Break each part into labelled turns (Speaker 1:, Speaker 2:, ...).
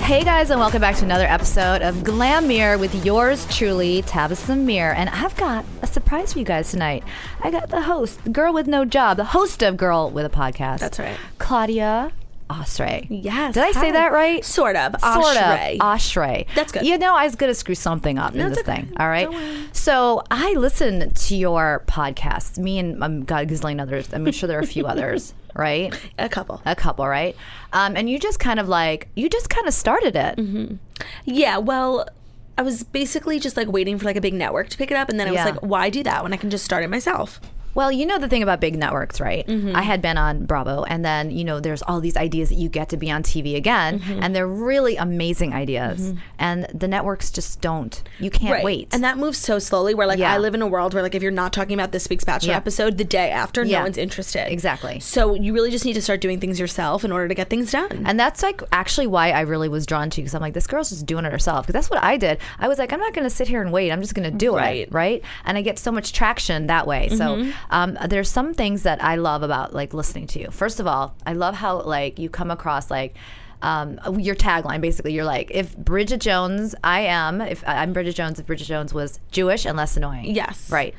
Speaker 1: Hey guys, and welcome back to another episode of Glam Mirror with yours truly, Tabitha Mirror. And I've got a surprise for you guys tonight. I got the host, the girl with no job, the host of Girl with a Podcast.
Speaker 2: That's right.
Speaker 1: Claudia Osrey.
Speaker 2: Yes.
Speaker 1: Did I say
Speaker 2: hi.
Speaker 1: that right?
Speaker 2: Sort of.
Speaker 1: Sort
Speaker 2: Ashray.
Speaker 1: of. Ashray.
Speaker 2: That's good.
Speaker 1: You know, I was going to screw something up in
Speaker 2: it's
Speaker 1: this
Speaker 2: okay.
Speaker 1: thing. All right.
Speaker 2: Don't worry.
Speaker 1: So I listened to your podcast. Me and um, God Ghislaine others. I'm sure there are a few others. Right.
Speaker 2: A couple.
Speaker 1: A couple. Right. Um, and you just kind of like you just kind of started it.
Speaker 2: Mm-hmm. Yeah, well, I was basically just like waiting for like a big network to pick it up, and then I
Speaker 1: Yeah.
Speaker 2: was like, why do that when I can just start it myself?
Speaker 1: Well, you know the thing about big networks, right?
Speaker 2: Mm-hmm.
Speaker 1: I had been on Bravo, and then, you know, there's all these ideas that you get to be on TV again,
Speaker 2: Mm-hmm.
Speaker 1: and they're really amazing ideas. And the networks just don't. You can't wait.
Speaker 2: And that moves so slowly. Where like
Speaker 1: Yeah.
Speaker 2: I live in a world where like if you're not talking about this week's Bachelor
Speaker 1: Yeah.
Speaker 2: episode, the day after,
Speaker 1: Yeah.
Speaker 2: no one's interested.
Speaker 1: Exactly.
Speaker 2: So you really just need to start doing things yourself in order to get things done.
Speaker 1: And that's like actually why I really was drawn to you because I'm like, this girl's just doing it herself. Because that's what I did. I was like, I'm not going to sit here and wait. I'm just going to do
Speaker 2: Right. Mm-hmm.
Speaker 1: it. Right. And I get so much traction that way. So um, there's some things that I love about like listening to you. First of all, I love how like you come across like, um, your tagline basically you're like if bridget jones i am if i'm bridget jones if bridget jones was jewish and less annoying
Speaker 2: Yes.
Speaker 1: right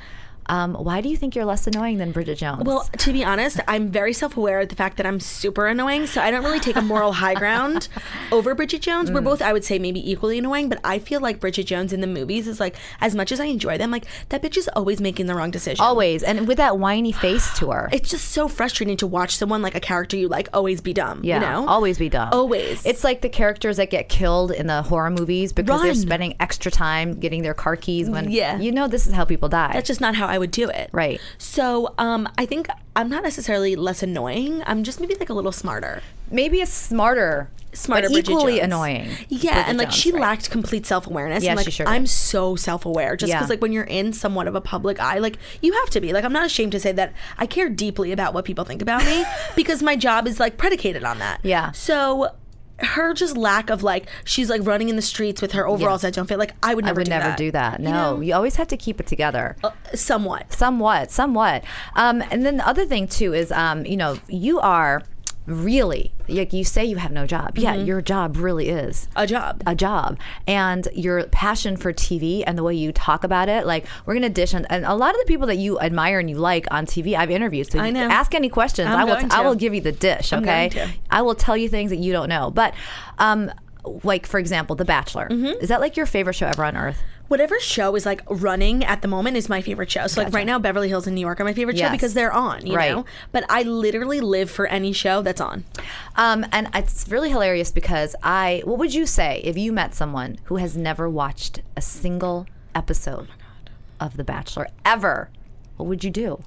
Speaker 1: um, why do you think you're less annoying than bridget jones
Speaker 2: Well, to be honest, I'm very self aware of the fact that I'm super annoying, so I don't really take a moral high ground over Bridget Jones.
Speaker 1: Mm.
Speaker 2: We're both, I would say, maybe equally annoying, but I feel like Bridget Jones in the movies is like, as much as I enjoy them, like, that bitch is always making the wrong decision.
Speaker 1: always and with that whiny face to her
Speaker 2: It's just so frustrating to watch someone like a character you like always be dumb.
Speaker 1: Yeah,
Speaker 2: You know?
Speaker 1: always be dumb.
Speaker 2: Always.
Speaker 1: It's like the characters that get killed in the horror movies because they're
Speaker 2: Run.
Speaker 1: spending extra time getting their car keys when
Speaker 2: Yeah.
Speaker 1: you know this is how people die.
Speaker 2: That's just not how I would do it.
Speaker 1: Right.
Speaker 2: So um, I think I'm not necessarily less annoying. I'm just maybe like a little smarter.
Speaker 1: Maybe it's smarter,
Speaker 2: smarter
Speaker 1: but
Speaker 2: Bridget
Speaker 1: equally
Speaker 2: Jones.
Speaker 1: annoying.
Speaker 2: Yeah,
Speaker 1: Bridget
Speaker 2: and like
Speaker 1: Jones,
Speaker 2: she
Speaker 1: right.
Speaker 2: lacked complete self awareness.
Speaker 1: Yeah,
Speaker 2: and, like,
Speaker 1: she sure did.
Speaker 2: I'm so self aware just
Speaker 1: Yeah.
Speaker 2: because like when you're in somewhat of a public eye, like you have to be. Like I'm not ashamed to say that I care deeply about what people think about me because my job is like predicated on that.
Speaker 1: Yeah.
Speaker 2: So. Her just lack of like, she's like running in the streets with her overalls that don't fit. Like I would
Speaker 1: I
Speaker 2: never,
Speaker 1: would
Speaker 2: do,
Speaker 1: never
Speaker 2: that.
Speaker 1: do that. No,
Speaker 2: You
Speaker 1: you,
Speaker 2: know? Uh,
Speaker 1: always have to keep it together.
Speaker 2: somewhat.
Speaker 1: somewhat, somewhat. Um, and then the other thing too is, um, you know, you are really like you say you have no job. Yeah,
Speaker 2: Mm-hmm.
Speaker 1: your job really is
Speaker 2: A job.
Speaker 1: a job and your passion for TV and the way you talk about it. Like we're gonna dish on, and a lot of the people that you admire and you like on TV, I've interviewed. So
Speaker 2: I
Speaker 1: you
Speaker 2: know.
Speaker 1: ask any questions.
Speaker 2: I'm
Speaker 1: I will.
Speaker 2: going
Speaker 1: I
Speaker 2: to.
Speaker 1: will give you the dish. Okay.
Speaker 2: going to.
Speaker 1: I will tell you things that you don't know. But, um, like for example, The Bachelor.
Speaker 2: Mm-hmm.
Speaker 1: Is that like your favorite show ever on earth?
Speaker 2: whatever show is like running at the moment is my favorite show. So like right now, Beverly Hills in New York are my favorite
Speaker 1: Yes.
Speaker 2: show because they're on, you
Speaker 1: Right.
Speaker 2: know. But I literally live for any show that's on.
Speaker 1: Um, and it's really hilarious because I. What would you say if you met someone who has never watched a single
Speaker 2: Oh
Speaker 1: episode of The Bachelor ever? What would you do?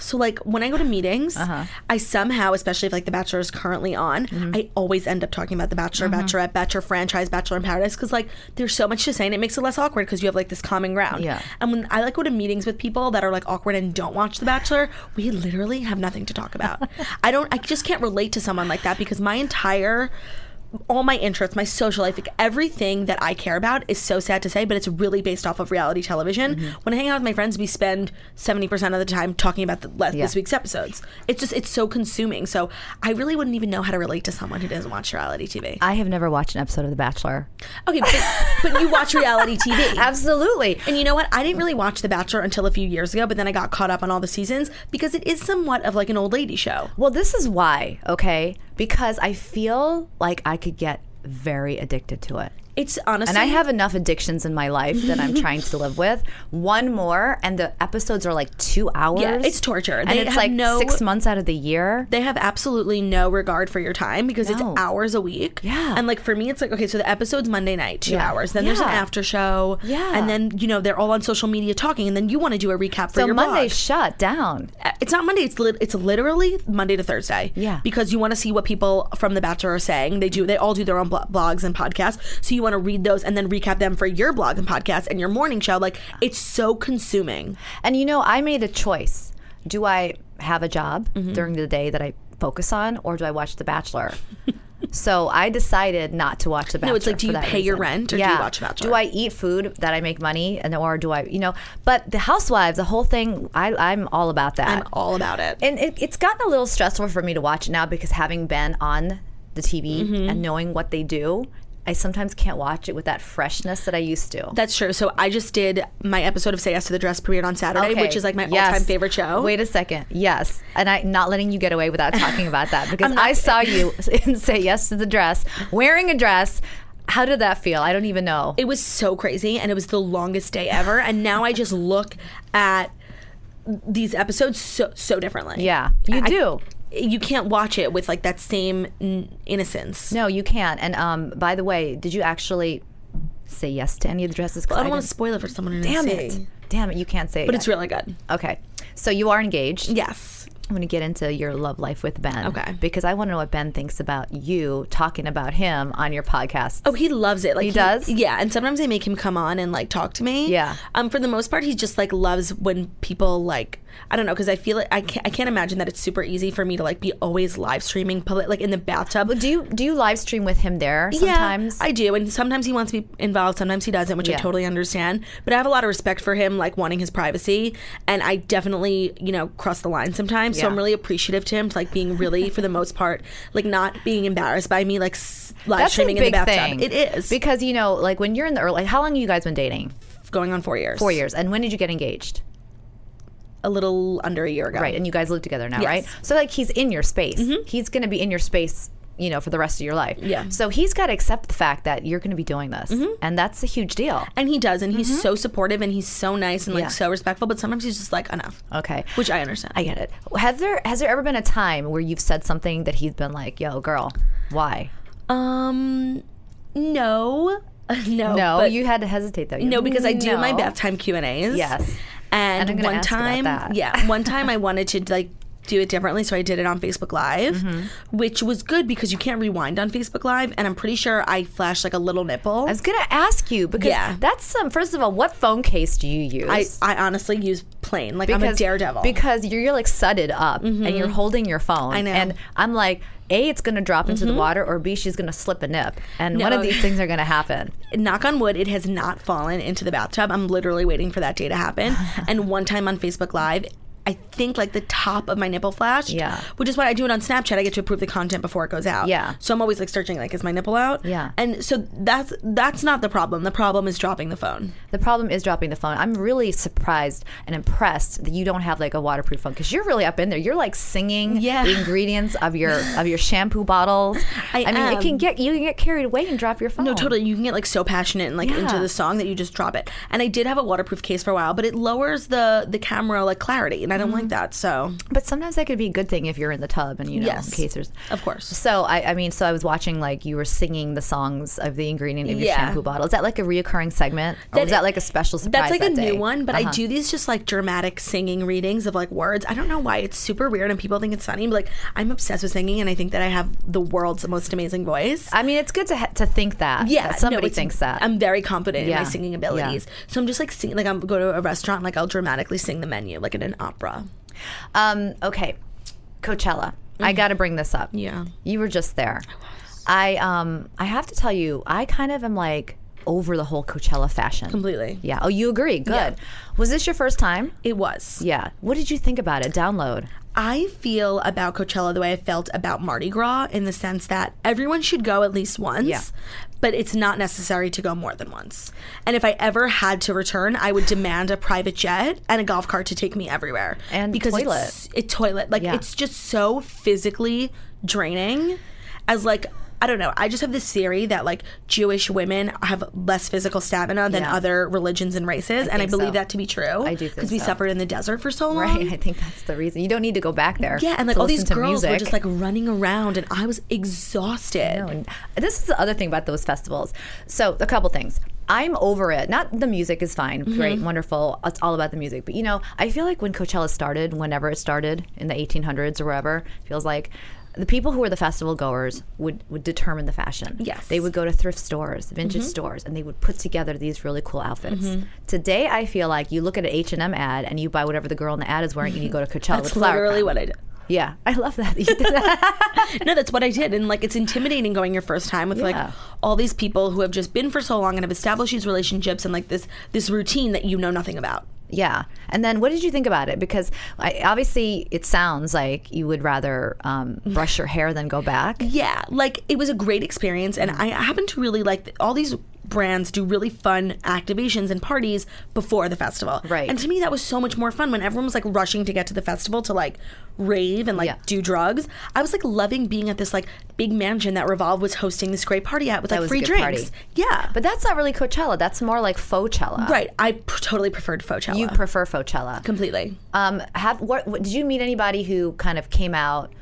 Speaker 2: So like when I go to meetings,
Speaker 1: Uh-huh.
Speaker 2: I somehow, especially if like The Bachelor is currently on,
Speaker 1: Mm-hmm.
Speaker 2: I always end up talking about The Bachelor, Bachelorette, Bachelor franchise, Bachelor in Paradise because like there's so much to say and it makes it less awkward because you have like this common ground.
Speaker 1: Yeah.
Speaker 2: And when I like go to meetings with people that are like awkward and don't watch The Bachelor, we literally have nothing to talk about. I don't. I just can't relate to someone like that because my entire all my interests, my social life, like everything that I care about is so sad to say, but it's really based off of reality television.
Speaker 1: Mm-hmm.
Speaker 2: When I hang out with my friends, we spend 70% of the time talking about the, le- this week's episodes. It's just, it's so consuming. So I really wouldn't even know how to relate to someone who doesn't watch reality TV.
Speaker 1: I have never watched an episode of The Bachelor.
Speaker 2: Okay, but, but you watch reality TV.
Speaker 1: Absolutely.
Speaker 2: And you know what? I didn't really watch The Bachelor until a few years ago, but then I got caught up on all the seasons because it is somewhat of like an old lady show.
Speaker 1: Well, this is why, okay? Because I feel like I could get very addicted to it.
Speaker 2: It's honestly.
Speaker 1: And I have enough addictions in my life that I'm trying to live with. One more, and the episodes are like two hours.
Speaker 2: Yeah, it's torture.
Speaker 1: And
Speaker 2: They
Speaker 1: it's
Speaker 2: have
Speaker 1: like
Speaker 2: no-
Speaker 1: six months out of the year.
Speaker 2: They have absolutely no regard for your time because
Speaker 1: No.
Speaker 2: it's hours a week.
Speaker 1: Yeah.
Speaker 2: And like for me, it's like, okay, so the episode's Monday night, two
Speaker 1: Yeah.
Speaker 2: hours. Then there's an
Speaker 1: Yeah.
Speaker 2: after show.
Speaker 1: Yeah.
Speaker 2: And then, you know, they're all on social media talking. And then you want to do a recap for
Speaker 1: so
Speaker 2: your
Speaker 1: Monday
Speaker 2: blog.
Speaker 1: shut down.
Speaker 2: it's not Monday. It's lit it's literally Monday to Thursday.
Speaker 1: Yeah.
Speaker 2: because you want to see what people from The Bachelor are saying. They do. They all do their own blo- blogs and podcasts. So you want to read those and then recap them for your blog and podcast and your morning show. Like it's so consuming.
Speaker 1: And you know, I made a choice. Do I have a job
Speaker 2: Mm-hmm.
Speaker 1: during the day that I focus on, or do I watch The Bachelor? so I decided not to watch The Bachelor.
Speaker 2: it's like, do
Speaker 1: for
Speaker 2: you
Speaker 1: that
Speaker 2: pay your
Speaker 1: reason.
Speaker 2: rent or do you
Speaker 1: Yeah.
Speaker 2: watch The Bachelor?
Speaker 1: Do I eat food that I make money, and or do I, you know? But The Housewives, the whole thing, I, I'm all about that.
Speaker 2: I'm all about it.
Speaker 1: and it, it's gotten a little stressful for me to watch it now because having been on the TV
Speaker 2: Mm-hmm.
Speaker 1: and knowing what they do, I sometimes can't watch it with that freshness that I used to.
Speaker 2: That's true. So I just did my episode of Say Yes to the Dress premiered on Saturday,
Speaker 1: Okay,
Speaker 2: which is like my
Speaker 1: yes.
Speaker 2: all-time favorite show.
Speaker 1: Wait a second. Yes, and I not letting you get away without talking about that because I saw you say yes to the dress, wearing a dress. How did that feel? I don't even know.
Speaker 2: it was so crazy and it was the longest day ever and now i just look at these episodes so so differently
Speaker 1: yeah, you
Speaker 2: I-
Speaker 1: do.
Speaker 2: you can't watch it with like that same n- innocence
Speaker 1: no, you can. And um, by the way, did you actually say yes to any of the dresses? 'Cause
Speaker 2: i don't want to
Speaker 1: didn't-
Speaker 2: spoil it for someone who
Speaker 1: Damn
Speaker 2: didn't see.
Speaker 1: it! Damn it! You can't say it.
Speaker 2: but it's really good
Speaker 1: Okay, so you are engaged.
Speaker 2: yes
Speaker 1: I'm going to get into your love life with Ben.
Speaker 2: Okay.
Speaker 1: Because I want to know what Ben thinks about you talking about him on your podcast.
Speaker 2: oh he loves it like he,
Speaker 1: does?
Speaker 2: yeah and sometimes i make him come on and like talk to me
Speaker 1: Yeah.
Speaker 2: um for the most part he just like loves when people like i don't know because i feel like I can't, I can't imagine that it's super easy for me to like be always live streaming public like in the bathtub
Speaker 1: Do you do you live stream with him there sometimes?
Speaker 2: Yeah, I do. And sometimes he wants to be involved, sometimes he doesn't, which I
Speaker 1: Yeah.
Speaker 2: totally understand. But I have a lot of respect for him, like wanting his privacy. And I definitely, you know, cross the line sometimes. So
Speaker 1: Yeah.
Speaker 2: I'm really appreciative to him, to, like being really, for the most part, like not being embarrassed by me, like s- live
Speaker 1: That's a
Speaker 2: streaming
Speaker 1: big
Speaker 2: in the
Speaker 1: thing.
Speaker 2: bathtub. It is.
Speaker 1: because you know, like when you're in the early. How long have you guys been dating?
Speaker 2: going on four years.
Speaker 1: Four years. And when did you get engaged?
Speaker 2: A little under a year ago.
Speaker 1: Right. And you guys live together now,
Speaker 2: Yes. Mm-hmm.
Speaker 1: right? So like he's in your space. He's going to be in your space. You know, for the rest of your life.
Speaker 2: Yeah. Mm-hmm.
Speaker 1: So he's got to accept the fact that you're going to be doing this, and that's a huge deal.
Speaker 2: And he does, and he's so supportive, and he's so nice, and like
Speaker 1: Mm-hmm. Yeah.
Speaker 2: so respectful. But sometimes he's just like enough,
Speaker 1: Okay.
Speaker 2: which I understand.
Speaker 1: I get it. Has there has there ever been a time where you've said something that he's been like, "Yo, girl, why?"
Speaker 2: um, no, no,
Speaker 1: No,
Speaker 2: Oh, but-
Speaker 1: you had to hesitate though. You-
Speaker 2: No, because I do my
Speaker 1: No.
Speaker 2: bath time Q and A's.
Speaker 1: Yes. And
Speaker 2: and,
Speaker 1: I'm gonna
Speaker 2: one
Speaker 1: ask about
Speaker 2: time,
Speaker 1: that.
Speaker 2: yeah, one time I wanted to like do it differently, so I did it on Facebook Live,
Speaker 1: Mm-hmm.
Speaker 2: which was good because you can't rewind on Facebook Live, and I'm pretty sure I flashed like a little nipple.
Speaker 1: I was gonna ask you because
Speaker 2: Yeah.
Speaker 1: that's some. First of all, what phone case do you use?
Speaker 2: I, I honestly use plain, like I'm a daredevil. Mm-hmm.
Speaker 1: Because you're, you're like sudded up and you're holding your phone. I
Speaker 2: know. Mm-hmm.
Speaker 1: And I'm like, A, it's gonna drop into the water, or B, she's gonna slip a nip. And one of
Speaker 2: No.
Speaker 1: these things are gonna happen.
Speaker 2: knock on wood, it has not fallen into the bathtub. I'm literally waiting for that day to happen. and one time on Facebook Live, I think like the top of my nipple flashed.
Speaker 1: Yeah.
Speaker 2: Which is why I do it on Snapchat. I get to approve the content before it goes out.
Speaker 1: Yeah.
Speaker 2: So I'm always like searching like, is my nipple out?
Speaker 1: Yeah.
Speaker 2: And so that's that's not the problem. The problem is dropping the phone.
Speaker 1: The problem is dropping the phone. I'm really surprised and impressed that you don't have like a waterproof phone because you're really up in there. You're like singing
Speaker 2: Yeah.
Speaker 1: the ingredients of your of your shampoo bottles.
Speaker 2: I
Speaker 1: mean, it can
Speaker 2: am.
Speaker 1: get you can get carried away and drop your phone.
Speaker 2: No, totally. You can get like so passionate and like into
Speaker 1: Oh. Yeah.
Speaker 2: the song that you just drop it. And I did have a waterproof case for a while, but it lowers the the camera like clarity, and I
Speaker 1: Mm-hmm.
Speaker 2: don't like that. So
Speaker 1: But sometimes that could be a good thing if you're in the tub and you know,
Speaker 2: Yes.
Speaker 1: in case there's.
Speaker 2: of course,
Speaker 1: So I, I mean, so I was watching like you were singing the songs of the ingredient of your
Speaker 2: Yeah.
Speaker 1: shampoo bottle. Is that like a reoccurring segment, or
Speaker 2: That-
Speaker 1: was that like a special surprise?
Speaker 2: That's like
Speaker 1: that
Speaker 2: a
Speaker 1: day? Uh-huh.
Speaker 2: new one, but I do these just like dramatic singing readings of like words. I don't know why it's super weird and people think it's funny, but like I'm obsessed with singing and I think that I have the world's most amazing voice.
Speaker 1: I mean, it's good to ha- to think that.
Speaker 2: yeah,
Speaker 1: that
Speaker 2: no,
Speaker 1: somebody
Speaker 2: it's- um,
Speaker 1: thinks that.
Speaker 2: I'm very confident in
Speaker 1: Yeah,
Speaker 2: my singing
Speaker 1: yeah.
Speaker 2: abilities. So I'm just like singing, like I'm go to a restaurant, like I'll dramatically sing the menu, like in an opera.
Speaker 1: Um, okay, Coachella. I got to bring this up.
Speaker 2: Mm-hmm. Yeah.
Speaker 1: you were just there. I um, I have to tell you, I kind of am like over the whole Coachella fashion.
Speaker 2: Completely.
Speaker 1: Yeah. Oh, you agree? Good. Was this your first time?
Speaker 2: It was.
Speaker 1: Yeah. What did you think about it? Download.
Speaker 2: I feel about Coachella the way I felt about Mardi Gras in the sense that everyone should go at least once,
Speaker 1: Yeah.
Speaker 2: but it's not necessary to go more than once. And if I ever had to return, I would demand a private jet and a golf cart to take me everywhere.
Speaker 1: And
Speaker 2: it's- It toilet. Like
Speaker 1: Yeah.
Speaker 2: it's just so physically draining as like I don't know. I just have this theory that like Jewish women have less physical stamina than
Speaker 1: Yeah.
Speaker 2: other religions and races, and I
Speaker 1: think
Speaker 2: believe
Speaker 1: so.
Speaker 2: that to be true.
Speaker 1: I do think
Speaker 2: because we
Speaker 1: so.
Speaker 2: suffered in the desert for so long.
Speaker 1: Right. I think that's the reason. You don't need to go back there.
Speaker 2: Yeah, and like
Speaker 1: to
Speaker 2: all these
Speaker 1: listen to
Speaker 2: girls were
Speaker 1: music.
Speaker 2: just like running around, and I was exhausted.
Speaker 1: know. And this is the other thing about those festivals. So a couple things. I'm over it. Not the music is fine,
Speaker 2: Mm-hmm.
Speaker 1: great, wonderful. It's all about the music. But you know, I feel like when Coachella started, whenever it started in the 1800s or wherever, it feels like the people who were the festival goers would, would determine the fashion.
Speaker 2: Yes. Mm-hmm.
Speaker 1: They would go to thrift stores, vintage stores, and they would put together these really cool outfits. Today, I feel like you look at an H&M ad and you buy whatever the girl in the ad is wearing and you go to Coachella
Speaker 2: That's
Speaker 1: with flower
Speaker 2: literally
Speaker 1: crown.
Speaker 2: what I did.
Speaker 1: Yeah, I love that. You did that.
Speaker 2: No, that's what I did. And like, it's intimidating going your first time with like
Speaker 1: Yeah.
Speaker 2: all these people who have just been for so long and have established these relationships and like this this routine that you know nothing about.
Speaker 1: Yeah. And then what did you think about it? Because I, obviously it sounds like you would rather um, brush your hair than go back.
Speaker 2: Yeah, like it was a great experience, and I happen to really like all these brands do really fun activations and parties before the festival.
Speaker 1: Right.
Speaker 2: And to me, that was so much more fun when everyone was like rushing to get to the festival to like rave and like
Speaker 1: Yeah.
Speaker 2: do drugs. I was like loving being at this like big mansion that Revolve was hosting this great party at with like
Speaker 1: was a
Speaker 2: free
Speaker 1: good
Speaker 2: drinks.
Speaker 1: party.
Speaker 2: Yeah.
Speaker 1: But that's not really Coachella. That's more like Coachella.
Speaker 2: right, I p- totally preferred Coachella.
Speaker 1: You prefer Coachella.
Speaker 2: completely.
Speaker 1: Um, have what, what did you meet anybody who kind of came out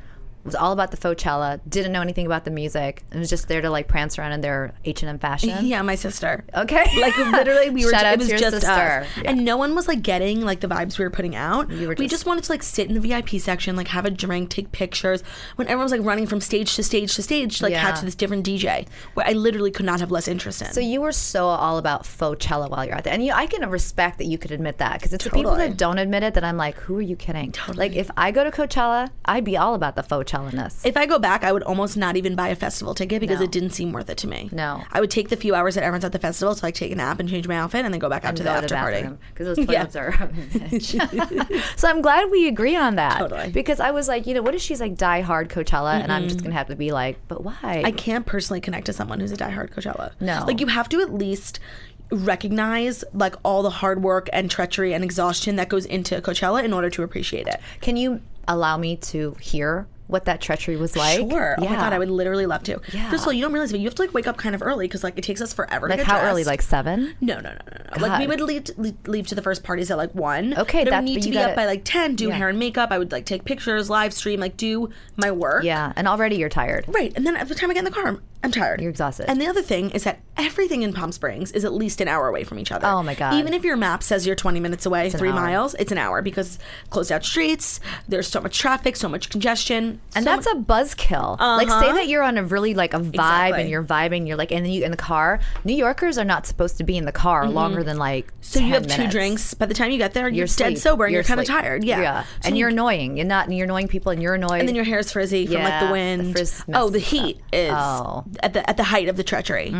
Speaker 1: was all about the Coachella, didn't know anything about the music, and was just there to like prance around in their H and M fashion?
Speaker 2: Yeah, my sister.
Speaker 1: Okay.
Speaker 2: Like literally, we were.
Speaker 1: Shout out
Speaker 2: it was
Speaker 1: to your
Speaker 2: just
Speaker 1: sister.
Speaker 2: us,
Speaker 1: Yeah.
Speaker 2: and no one was like getting like the vibes we were putting out. We,
Speaker 1: were
Speaker 2: just,
Speaker 1: just-
Speaker 2: wanted to like sit in the VIP section, like have a drink, take pictures. When everyone was like running from stage to stage to stage, to, like
Speaker 1: Yeah.
Speaker 2: catch this different DJ, where I literally could not have less interest in.
Speaker 1: So you were so all about Coachella while you're out there, and you, I can respect that you could admit that because it's the people
Speaker 2: Totally.
Speaker 1: that don't admit it that I'm like, who are you kidding? Like if I go to Coachella, I'd be all about the Coachella-ness.
Speaker 2: if I go back, I would almost not even buy a festival ticket because
Speaker 1: No.
Speaker 2: it didn't seem worth it to me.
Speaker 1: No.
Speaker 2: I would take the few hours that everyone's at the festival to like take a nap and change my outfit and then go back out to the after party.
Speaker 1: because those
Speaker 2: Yeah.
Speaker 1: toilets are. so I'm glad we agree on that.
Speaker 2: Totally.
Speaker 1: Because I was like, you know, what if she's like die hard Coachella, and I'm just gonna have to be like, but why?
Speaker 2: I can't personally connect to someone who's a diehard Coachella.
Speaker 1: No.
Speaker 2: Like you have to at least recognize like all the hard work and treachery and exhaustion that goes into Coachella in order to appreciate it.
Speaker 1: Can you allow me to hear what that treachery was like?
Speaker 2: sure. Oh my
Speaker 1: Yeah.
Speaker 2: god, I would literally love to.
Speaker 1: Yeah.
Speaker 2: First of all, you don't realize, but you have to like wake up kind of early because like it takes us forever.
Speaker 1: Like
Speaker 2: to get
Speaker 1: how early?
Speaker 2: dressed.
Speaker 1: Like seven?
Speaker 2: No, no, no, no, no. Like we
Speaker 1: God.
Speaker 2: would leave, leave leave to the first parties at like one.
Speaker 1: Okay,
Speaker 2: but I
Speaker 1: that's-
Speaker 2: would need
Speaker 1: but
Speaker 2: to
Speaker 1: you
Speaker 2: be up
Speaker 1: gotta-
Speaker 2: by like ten, do
Speaker 1: Yeah.
Speaker 2: hair and makeup. I would like take pictures, live stream, like do my work.
Speaker 1: Yeah. And already you're tired.
Speaker 2: Right, and then at the time I get in the car, I'm, I'm tired.
Speaker 1: You're exhausted.
Speaker 2: And the other thing is that everything in Palm Springs is at least an hour away from each other.
Speaker 1: Oh, my God.
Speaker 2: Even if your map says you're 20 minutes away, three
Speaker 1: hour.
Speaker 2: miles, it's an hour because closed out streets. There's so much traffic, so much congestion,
Speaker 1: And
Speaker 2: so
Speaker 1: that's a buzzkill. Like say
Speaker 2: Uh-huh.
Speaker 1: that you're on a really like a vibe
Speaker 2: Exactly.
Speaker 1: and you're vibing, you're like and then you in the car. New Yorkers are not supposed to be in the car longer than like
Speaker 2: Mm-hmm. So you
Speaker 1: 10
Speaker 2: have two
Speaker 1: minutes.
Speaker 2: drinks. By the time you get there, you're,
Speaker 1: You're
Speaker 2: dead
Speaker 1: asleep.
Speaker 2: sober and you're, kind of
Speaker 1: asleep.
Speaker 2: tired. Yeah, So
Speaker 1: and
Speaker 2: you-
Speaker 1: you're annoying. You're not. You're annoying people, and you're annoyed.
Speaker 2: And then your hair's frizzy from like
Speaker 1: Yeah,
Speaker 2: the
Speaker 1: the
Speaker 2: wind.
Speaker 1: frizz
Speaker 2: oh, the
Speaker 1: messes it up.
Speaker 2: heat is
Speaker 1: Oh. Mm-hmm.
Speaker 2: at the at the height of the treachery.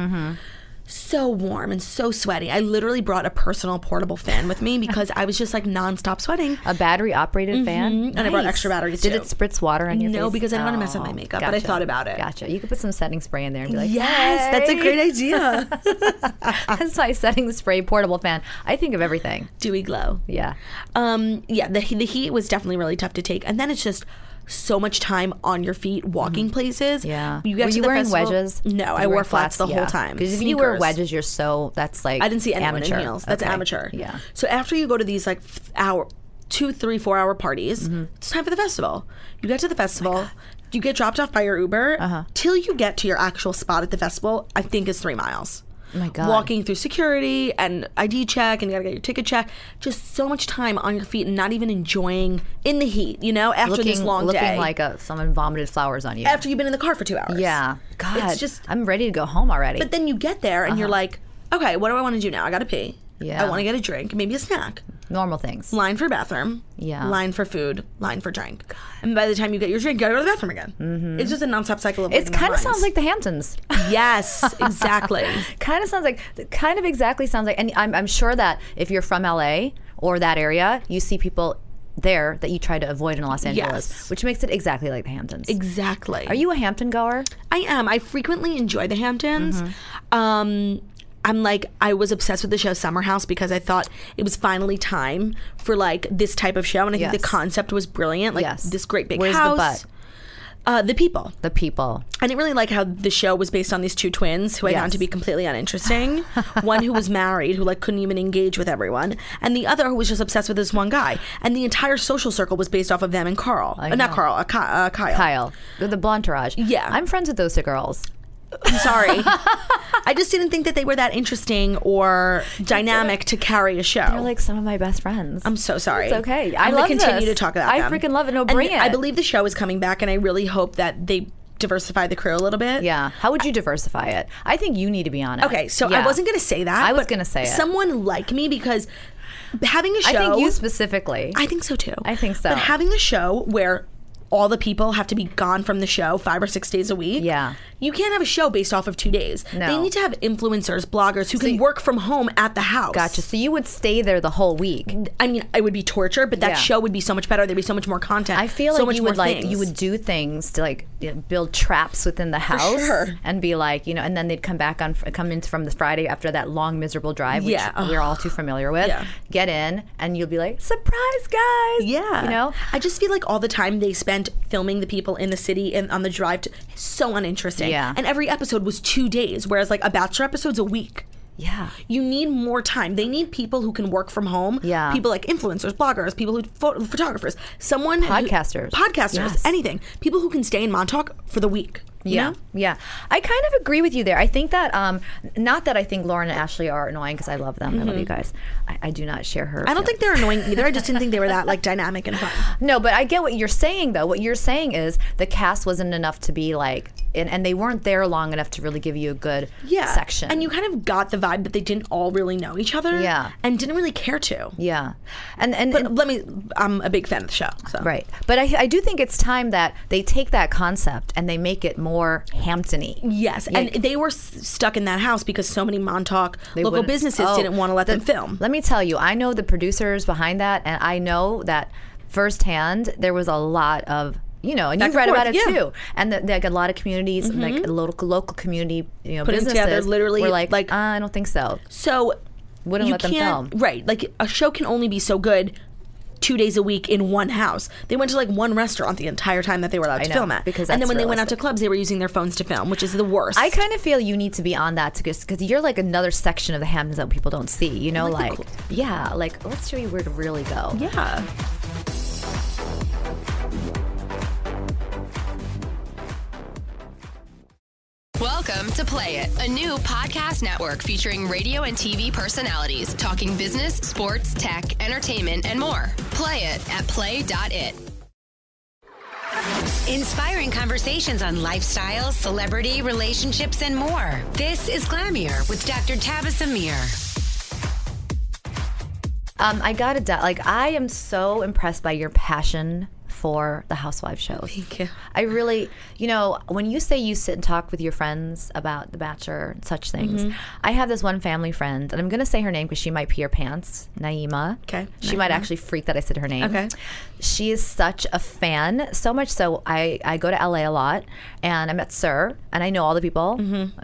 Speaker 2: So warm and so sweaty. I literally brought a personal portable fan with me because I was just like nonstop sweating.
Speaker 1: a battery operated fan.
Speaker 2: Mm-hmm. and I brought extra batteries,
Speaker 1: Did
Speaker 2: too.
Speaker 1: it spritz water on your face?
Speaker 2: No, because I didn't wanna mess up my
Speaker 1: Oh,
Speaker 2: makeup, but I thought about it.
Speaker 1: Gotcha. You could put some setting spray in there and be like,
Speaker 2: Yes, that's a
Speaker 1: "Hey."
Speaker 2: great idea.
Speaker 1: That's why setting spray portable fan. I think of everything.
Speaker 2: Dewy glow.
Speaker 1: Yeah.
Speaker 2: Um, yeah, the, he- the heat was definitely really tough to take, and then it's just so much time on your feet walking places.
Speaker 1: Mm-hmm. Yeah.
Speaker 2: you get
Speaker 1: Were
Speaker 2: to
Speaker 1: you
Speaker 2: the
Speaker 1: wearing
Speaker 2: festival-
Speaker 1: wedges?
Speaker 2: No, I wore flats, the whole time.
Speaker 1: Because if you wear
Speaker 2: Sneakers.
Speaker 1: wedges, you're so that's like
Speaker 2: I didn't see anyone
Speaker 1: amateur.
Speaker 2: in heels. That's
Speaker 1: Okay.
Speaker 2: amateur.
Speaker 1: Yeah.
Speaker 2: So after you go to these like f- hour, two, three, four hour parties,
Speaker 1: Mm-hmm.
Speaker 2: it's time for the festival. You get to
Speaker 1: Oh
Speaker 2: the festival, you get dropped off by your Uber.
Speaker 1: Uh-huh.
Speaker 2: Till you get to your actual spot at the festival, I think is three miles.
Speaker 1: Oh my God.
Speaker 2: Walking through security and ID check, and you gotta get your ticket check. Just so much time on your feet and not even enjoying in the heat, you know, after
Speaker 1: Looking
Speaker 2: this long
Speaker 1: looking
Speaker 2: day.
Speaker 1: like a, someone vomited flowers on you.
Speaker 2: after you've been in the car for two hours.
Speaker 1: yeah. God.
Speaker 2: just-
Speaker 1: I'm ready to go home already.
Speaker 2: But then you get there and you're like, okay, what do I wanna do now? I gotta pee.
Speaker 1: Uh-huh. Yeah.
Speaker 2: I wanna get a drink, maybe a snack.
Speaker 1: normal things.
Speaker 2: line for bathroom,
Speaker 1: Yeah.
Speaker 2: line for food, line for drink, and by the time you get your drink, you gotta go to the bathroom again. Mm-hmm. It's just a nonstop cycle of.
Speaker 1: It
Speaker 2: waiting on
Speaker 1: kind of
Speaker 2: lines.
Speaker 1: sounds like the Hamptons.
Speaker 2: yes, exactly.
Speaker 1: kind of sounds like kind of exactly sounds like and I'm, I'm sure that if you're from la or that area you see people there that you try to avoid in los angeles
Speaker 2: Yes.
Speaker 1: which makes it exactly like the hamptons
Speaker 2: exactly.
Speaker 1: are you a hampton goer
Speaker 2: I am. I frequently enjoy the Hamptons.
Speaker 1: Mm-hmm.
Speaker 2: Um, I'm like I was obsessed with the show Summer House because I thought it was finally time for like this type of show, and I think
Speaker 1: Yes.
Speaker 2: the concept was brilliant. Like
Speaker 1: Yes.
Speaker 2: this great big
Speaker 1: Where's the
Speaker 2: house.
Speaker 1: butt?
Speaker 2: Uh, the people.
Speaker 1: The people.
Speaker 2: I didn't really like how the show was based on these two twins who I
Speaker 1: Yes.
Speaker 2: found to be completely uninteresting. one who was married, who like couldn't even engage with everyone, and the other who was just obsessed with this one guy. And the entire social circle was based off of them and Carl. Uh, not
Speaker 1: know.
Speaker 2: Carl, uh, Ki- uh, Kyle.
Speaker 1: Kyle. The blonterage.
Speaker 2: Yeah.
Speaker 1: I'm friends with those two girls.
Speaker 2: I'm sorry. I just didn't think that they were that interesting or dynamic to carry a show.
Speaker 1: They're like some of my best friends.
Speaker 2: I'm so sorry.
Speaker 1: It's okay. I
Speaker 2: I'm
Speaker 1: love
Speaker 2: gonna continue
Speaker 1: this.
Speaker 2: to talk about
Speaker 1: I
Speaker 2: them.
Speaker 1: freaking love it. No,
Speaker 2: And
Speaker 1: bring it.
Speaker 2: I believe the show is coming back, and I really hope that they diversify the crew a little bit.
Speaker 1: yeah. How would you diversify it? I think you need to be on it.
Speaker 2: Okay, so
Speaker 1: Yeah.
Speaker 2: I wasn't going to say that.
Speaker 1: I was
Speaker 2: but
Speaker 1: gonna say it.
Speaker 2: Someone like me because having a show.
Speaker 1: I think you specifically.
Speaker 2: I think so too.
Speaker 1: I think so.
Speaker 2: But having a show where all the people have to be gone from the show five or six days a week.
Speaker 1: Yeah.
Speaker 2: You can't have a show based off of two days.
Speaker 1: No.
Speaker 2: They need to have influencers, bloggers who can work from home at the house.
Speaker 1: gotcha. So you would stay there the whole week.
Speaker 2: I mean, it would be torture, but that
Speaker 1: Yeah.
Speaker 2: show would be so much better. There'd be so much more content.
Speaker 1: I feel
Speaker 2: so
Speaker 1: like
Speaker 2: much
Speaker 1: you
Speaker 2: more
Speaker 1: would like
Speaker 2: things.
Speaker 1: you would do things to like you know, build traps within the house
Speaker 2: sure.
Speaker 1: and be like you know, and then they'd come back on come in from the Friday after that long miserable drive, which
Speaker 2: Yeah.
Speaker 1: we're all too familiar with.
Speaker 2: Yeah.
Speaker 1: Get in, and you'll be like, surprise, guys!
Speaker 2: Yeah.
Speaker 1: you know,
Speaker 2: I just feel like all the time they spent filming the people in the city and on the drive to so uninteresting.
Speaker 1: Yeah.
Speaker 2: And every episode was two days, whereas like a bachelor episode's a week.
Speaker 1: yeah.
Speaker 2: You need more time. They need people who can work from home.
Speaker 1: Yeah.
Speaker 2: People like influencers, bloggers, people who pho- photographers, someone who-
Speaker 1: Podcasters.
Speaker 2: podcasters,
Speaker 1: Yes.
Speaker 2: anything. People who can stay in Montauk for the week. you
Speaker 1: Yeah,
Speaker 2: know?
Speaker 1: yeah. I kind of agree with you there. I think that, um, not that I think Lauren and Ashley are annoying because I love them. I love you guys. I, I do not share her.
Speaker 2: Mm-hmm. I don't think they're annoying either. I just didn't think they were that like dynamic and fun.
Speaker 1: No, but I get what you're saying though. What you're saying is the cast wasn't enough to be like, and, and they weren't there long enough to really give you a good section.
Speaker 2: And you kind of got the vibe that they didn't all really know each other.
Speaker 1: Yeah.
Speaker 2: And didn't really care to.
Speaker 1: yeah, and and,
Speaker 2: But
Speaker 1: and-
Speaker 2: let me. I'm a big fan of the show. So.
Speaker 1: right. But I, I do think it's time that they take that concept and they make it more Hamptony.
Speaker 2: Yes, and they were s- stuck in that house because so many Montauk local
Speaker 1: wouldn't-
Speaker 2: businesses
Speaker 1: Oh,
Speaker 2: didn't want to let them film.
Speaker 1: Let me tell you, I know the producers behind that, and I know that firsthand there was a lot of you know, and
Speaker 2: Back
Speaker 1: you read
Speaker 2: and
Speaker 1: about it
Speaker 2: forth, yeah. Mm-hmm.
Speaker 1: too, and that like a lot of communities, like local local community, you know,
Speaker 2: Putting
Speaker 1: businesses,
Speaker 2: together literally,
Speaker 1: were like,
Speaker 2: like-
Speaker 1: uh, I don't think so.
Speaker 2: So
Speaker 1: Wouldn't
Speaker 2: you
Speaker 1: let them
Speaker 2: can't-
Speaker 1: film.
Speaker 2: Right, like a show can only be so good two days a week in one house. They went to like one restaurant the entire time that they were allowed to
Speaker 1: know,
Speaker 2: film at.
Speaker 1: because that's
Speaker 2: and then when they went out to
Speaker 1: realistic.
Speaker 2: clubs, they were using their phones to film, which is the worst.
Speaker 1: I kind of feel you need to be on that because you're like another section of the Hamptons that people don't see. You know,
Speaker 2: Like
Speaker 1: like,
Speaker 2: the cool-
Speaker 1: yeah, like let's show you where to really go.
Speaker 2: yeah.
Speaker 3: Welcome to Play It, a new podcast network featuring radio and TV personalities talking business, sports, tech, entertainment, and more. Play it at play.it.
Speaker 4: Inspiring conversations on lifestyle, celebrity, relationships, and more. This is Glamier with Dr. Tavis Amir.
Speaker 1: Um, I gotta di- like I am so impressed by your passion for the housewife shows. Thank
Speaker 2: you.
Speaker 1: I really, you know, when you say you sit and talk with your friends about The Bachelor and such things,
Speaker 2: Mm-hmm.
Speaker 1: I have this one family friend, and I'm gonna say her name because she might pee her pants, Naima.
Speaker 2: Okay,
Speaker 1: She might actually freak that I said her name.
Speaker 2: Okay.
Speaker 1: She is such a fan, so much so I, I go to LA a lot, and I met Sir, and I know all the people.